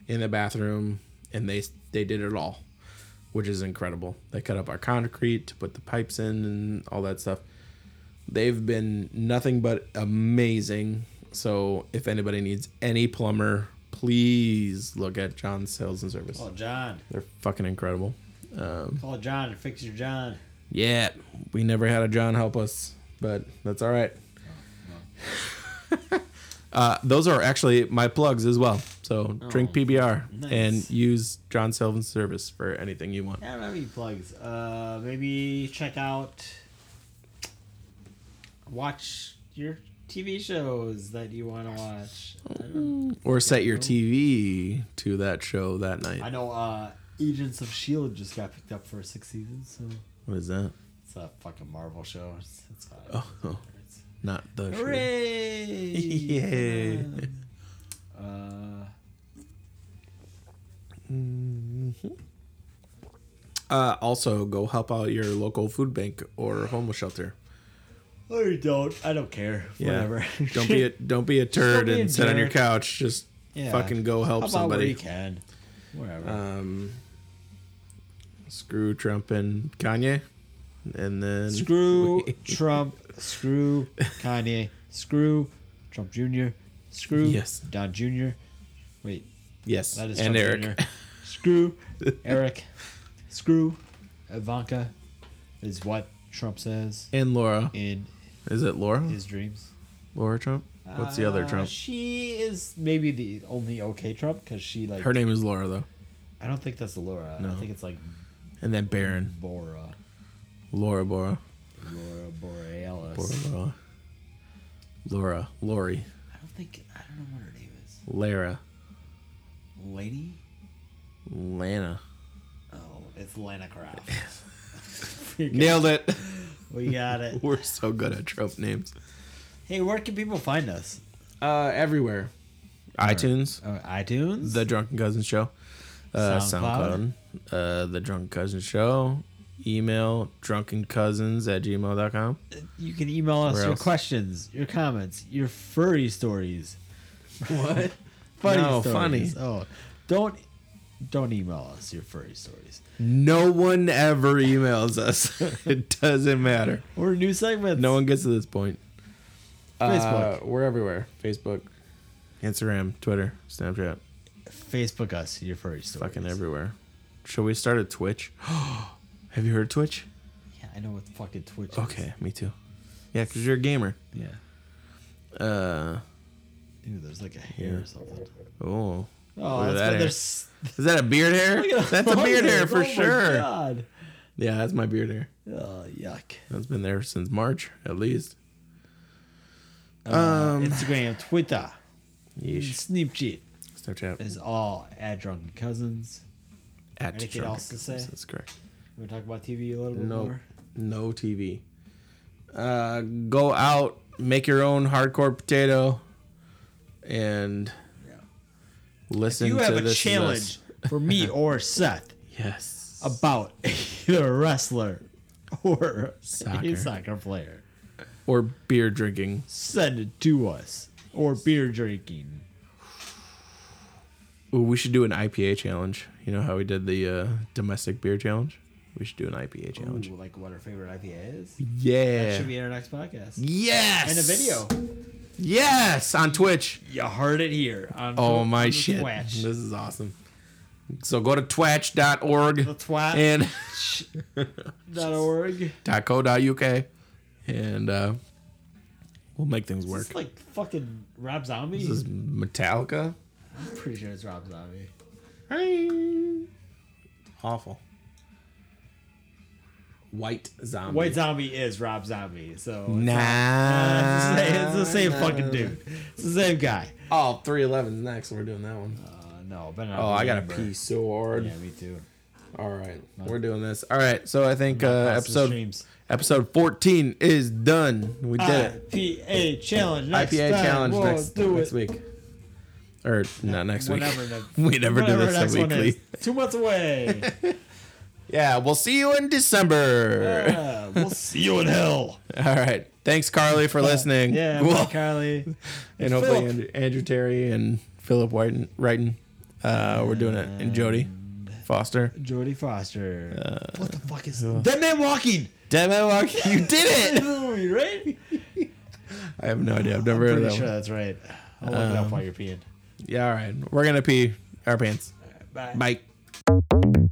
[SPEAKER 2] in the bathroom and they they did it all which is incredible they cut up our concrete to put the pipes in and all that stuff they've been nothing but amazing so if anybody needs any plumber please look at john's sales and service
[SPEAKER 1] Call John.
[SPEAKER 2] they're fucking incredible um,
[SPEAKER 1] Call John and fix your John.
[SPEAKER 2] yeah we never had a john help us but that's all right Uh, those are actually my plugs as well. So drink PBR
[SPEAKER 1] Oh, nice.
[SPEAKER 2] and use John Selvin service for anything you want.
[SPEAKER 1] I don't have any plugs. Uh, maybe check out, watch your TV shows that you want to watch. I, don't,
[SPEAKER 2] Or set your TV to that show that
[SPEAKER 1] I
[SPEAKER 2] night.
[SPEAKER 1] know uh, Agents of Shield E just got picked up for six seasons, so
[SPEAKER 2] What is that?
[SPEAKER 1] it's a fucking Marvel show. It's, it's fine.
[SPEAKER 2] Oh, oh. Not the show.
[SPEAKER 1] Hooray!
[SPEAKER 2] Yeah.
[SPEAKER 1] Uh,
[SPEAKER 2] Uh, also, go help out your local food bank or homeless shelter.
[SPEAKER 1] I don't. I don't care.
[SPEAKER 2] Yeah.
[SPEAKER 1] Whatever.
[SPEAKER 2] Don't be a don't be a turd
[SPEAKER 1] be a
[SPEAKER 2] and sit on your
[SPEAKER 1] jerk.
[SPEAKER 2] couch. Just
[SPEAKER 1] Yeah.
[SPEAKER 2] fucking go help
[SPEAKER 1] How about where you
[SPEAKER 2] somebody.
[SPEAKER 1] can? Wherever.
[SPEAKER 2] Um, screw Trump and Kanye, and then
[SPEAKER 1] Screw Trump. Screw Kanye. Screw Trump Jr. Screw
[SPEAKER 2] Yes.
[SPEAKER 1] Don Jr. Wait,
[SPEAKER 2] yes,
[SPEAKER 1] that is
[SPEAKER 2] and
[SPEAKER 1] Trump
[SPEAKER 2] Eric.
[SPEAKER 1] Jr. Screw Eric. Screw Ivanka is what Trump says
[SPEAKER 2] And Laura.
[SPEAKER 1] in
[SPEAKER 2] Is it Laura?
[SPEAKER 1] his dreams.
[SPEAKER 2] Laura Trump? What's the other
[SPEAKER 1] Uh,
[SPEAKER 2] Trump?
[SPEAKER 1] She is maybe the only okay Trump because she like.
[SPEAKER 2] Her name is Laura though.
[SPEAKER 1] I don't think that's Laura.
[SPEAKER 2] No.
[SPEAKER 1] I think it's like
[SPEAKER 2] And then Baron.
[SPEAKER 1] Bora.
[SPEAKER 2] Laura Bora.
[SPEAKER 1] Laura Borealis.
[SPEAKER 2] Bora Bora. Laura. Lori.
[SPEAKER 1] I don't think. I don't know what her name is.
[SPEAKER 2] Lara.
[SPEAKER 1] Lady.
[SPEAKER 2] Lana.
[SPEAKER 1] Oh, it's Lana Croft.
[SPEAKER 2] Nailed it.
[SPEAKER 1] We got it.
[SPEAKER 2] We're so good at Trump names.
[SPEAKER 1] Hey, where can people find us?
[SPEAKER 2] Uh everywhere. iTunes.
[SPEAKER 1] Uh, iTunes.
[SPEAKER 2] The Drunken Cousin Show. Uh
[SPEAKER 1] SoundCloud.
[SPEAKER 2] SoundCloud. Uh the Drunken Cousin Show. Email drunkencousins at gmail.com.
[SPEAKER 1] you can email us
[SPEAKER 2] Where
[SPEAKER 1] your
[SPEAKER 2] else?
[SPEAKER 1] questions, your comments, your furry stories.
[SPEAKER 2] What?
[SPEAKER 1] Funny
[SPEAKER 2] No,
[SPEAKER 1] stories.
[SPEAKER 2] funny.
[SPEAKER 1] Oh, don't don't email us your furry stories
[SPEAKER 2] No one ever emails us. it doesn't matter.
[SPEAKER 1] or new segments.
[SPEAKER 2] No one gets to this point.
[SPEAKER 1] Facebook.
[SPEAKER 2] Uh, we're everywhere. Facebook, Instagram, Twitter, Snapchat,
[SPEAKER 1] Facebook us your furry stories.
[SPEAKER 2] fucking everywhere. Should we start at Twitch? Have you heard of Twitch?
[SPEAKER 1] Yeah, I know what fucking Twitch. is.
[SPEAKER 2] Okay, me too. Yeah, because you're a gamer.
[SPEAKER 1] Yeah.
[SPEAKER 2] Uh
[SPEAKER 1] Ew, there's like a hair
[SPEAKER 2] Yeah.
[SPEAKER 1] or something.
[SPEAKER 2] oh.
[SPEAKER 1] Oh,
[SPEAKER 2] Look at
[SPEAKER 1] that's
[SPEAKER 2] that
[SPEAKER 1] why
[SPEAKER 2] hair.
[SPEAKER 1] there's.
[SPEAKER 2] Is that a beard hair? That's a beard hair for
[SPEAKER 1] Oh my
[SPEAKER 2] sure.
[SPEAKER 1] God.
[SPEAKER 2] Yeah, that's my beard hair.
[SPEAKER 1] Oh, yuck.
[SPEAKER 2] That's been there since March, at least. Um,
[SPEAKER 1] Uh, Instagram, Twitter,
[SPEAKER 2] Yeesh.
[SPEAKER 1] Snapchat
[SPEAKER 2] Snapchat.
[SPEAKER 1] is all at Drunken Cousins.
[SPEAKER 2] At
[SPEAKER 1] anything
[SPEAKER 2] Drunken
[SPEAKER 1] else to say?
[SPEAKER 2] Cousins, That's correct.
[SPEAKER 1] You want to talk about TV a little bit
[SPEAKER 2] No,
[SPEAKER 1] more?
[SPEAKER 2] no TV. Uh, go out, make your own hardcore potato, and listen.
[SPEAKER 1] You
[SPEAKER 2] to
[SPEAKER 1] have a
[SPEAKER 2] this Is
[SPEAKER 1] challenge
[SPEAKER 2] Us.
[SPEAKER 1] for me or Seth
[SPEAKER 2] Yes.
[SPEAKER 1] about either a wrestler or a
[SPEAKER 2] Soccer.
[SPEAKER 1] soccer player.
[SPEAKER 2] or beer drinking.
[SPEAKER 1] Send it to us or beer drinking.
[SPEAKER 2] Ooh, we should do an IPA challenge. You know how we did the uh, domestic beer challenge. We should do an IPA challenge.
[SPEAKER 1] Ooh, like what our favorite IPA is.
[SPEAKER 2] Yeah.
[SPEAKER 1] Should be in our next podcast.
[SPEAKER 2] yes.
[SPEAKER 1] And a video.
[SPEAKER 2] Yes, on Twitch.
[SPEAKER 1] You heard it here. On
[SPEAKER 2] Oh
[SPEAKER 1] on
[SPEAKER 2] my
[SPEAKER 1] the
[SPEAKER 2] shit.
[SPEAKER 1] Twitch.
[SPEAKER 2] This is awesome. So go to twatch.org
[SPEAKER 1] The twat
[SPEAKER 2] and
[SPEAKER 1] dot org.
[SPEAKER 2] .co.uk and uh, we'll make things
[SPEAKER 1] Is
[SPEAKER 2] work.
[SPEAKER 1] this like fucking Rob Zombie?
[SPEAKER 2] This is Metallica.
[SPEAKER 1] I'm pretty sure it's Rob Zombie.
[SPEAKER 2] Awful. White zombie.
[SPEAKER 1] White Zombie is Rob Zombie, so it's
[SPEAKER 2] Nah.
[SPEAKER 1] not- Uh, it's, the same, it's the same fucking dude. It's the same guy.
[SPEAKER 2] Oh, 311's next. We're doing that one.
[SPEAKER 1] Uh, no, but
[SPEAKER 2] Oh, I got a
[SPEAKER 1] piece.
[SPEAKER 2] pee so hard.
[SPEAKER 1] Yeah, me too.
[SPEAKER 2] All right, we're doing this. All right, so I think uh,
[SPEAKER 1] Across the
[SPEAKER 2] episode
[SPEAKER 1] streams.
[SPEAKER 2] episode 14 is done. We did it.
[SPEAKER 1] IPA challenge. Next
[SPEAKER 2] IPA
[SPEAKER 1] time.
[SPEAKER 2] challenge
[SPEAKER 1] We'll
[SPEAKER 2] next,
[SPEAKER 1] do
[SPEAKER 2] next
[SPEAKER 1] it.
[SPEAKER 2] week. Or not next week.
[SPEAKER 1] Whenever the-
[SPEAKER 2] we never do
[SPEAKER 1] whatever
[SPEAKER 2] this
[SPEAKER 1] next
[SPEAKER 2] a
[SPEAKER 1] one
[SPEAKER 2] weekly.
[SPEAKER 1] is. Two months away.
[SPEAKER 2] Yeah, we'll see you in December.
[SPEAKER 1] Yeah, we'll see you in hell.
[SPEAKER 2] All right. Thanks, Carly, for listening.
[SPEAKER 1] Yeah,
[SPEAKER 2] We'll-
[SPEAKER 1] bye, Carly.
[SPEAKER 2] and hopefully
[SPEAKER 1] Philip.
[SPEAKER 2] Andrew, Andrew Terry and Philip Whiten, Wrighton. Uh, we're doing it. And Jody Foster.
[SPEAKER 1] Jody Foster.
[SPEAKER 2] Uh,
[SPEAKER 1] what the fuck is Dead Man Walking?
[SPEAKER 2] Damn it, Mark, you did
[SPEAKER 1] That's
[SPEAKER 2] it!
[SPEAKER 1] the movie, right?
[SPEAKER 2] I have no idea. I've never
[SPEAKER 1] I'm
[SPEAKER 2] heard of
[SPEAKER 1] pretty
[SPEAKER 2] that
[SPEAKER 1] sure
[SPEAKER 2] one.
[SPEAKER 1] that's right. I'll look it up while you're peeing.
[SPEAKER 2] Yeah, all right. We're going to pee our pants.
[SPEAKER 1] Bye.
[SPEAKER 2] Bye.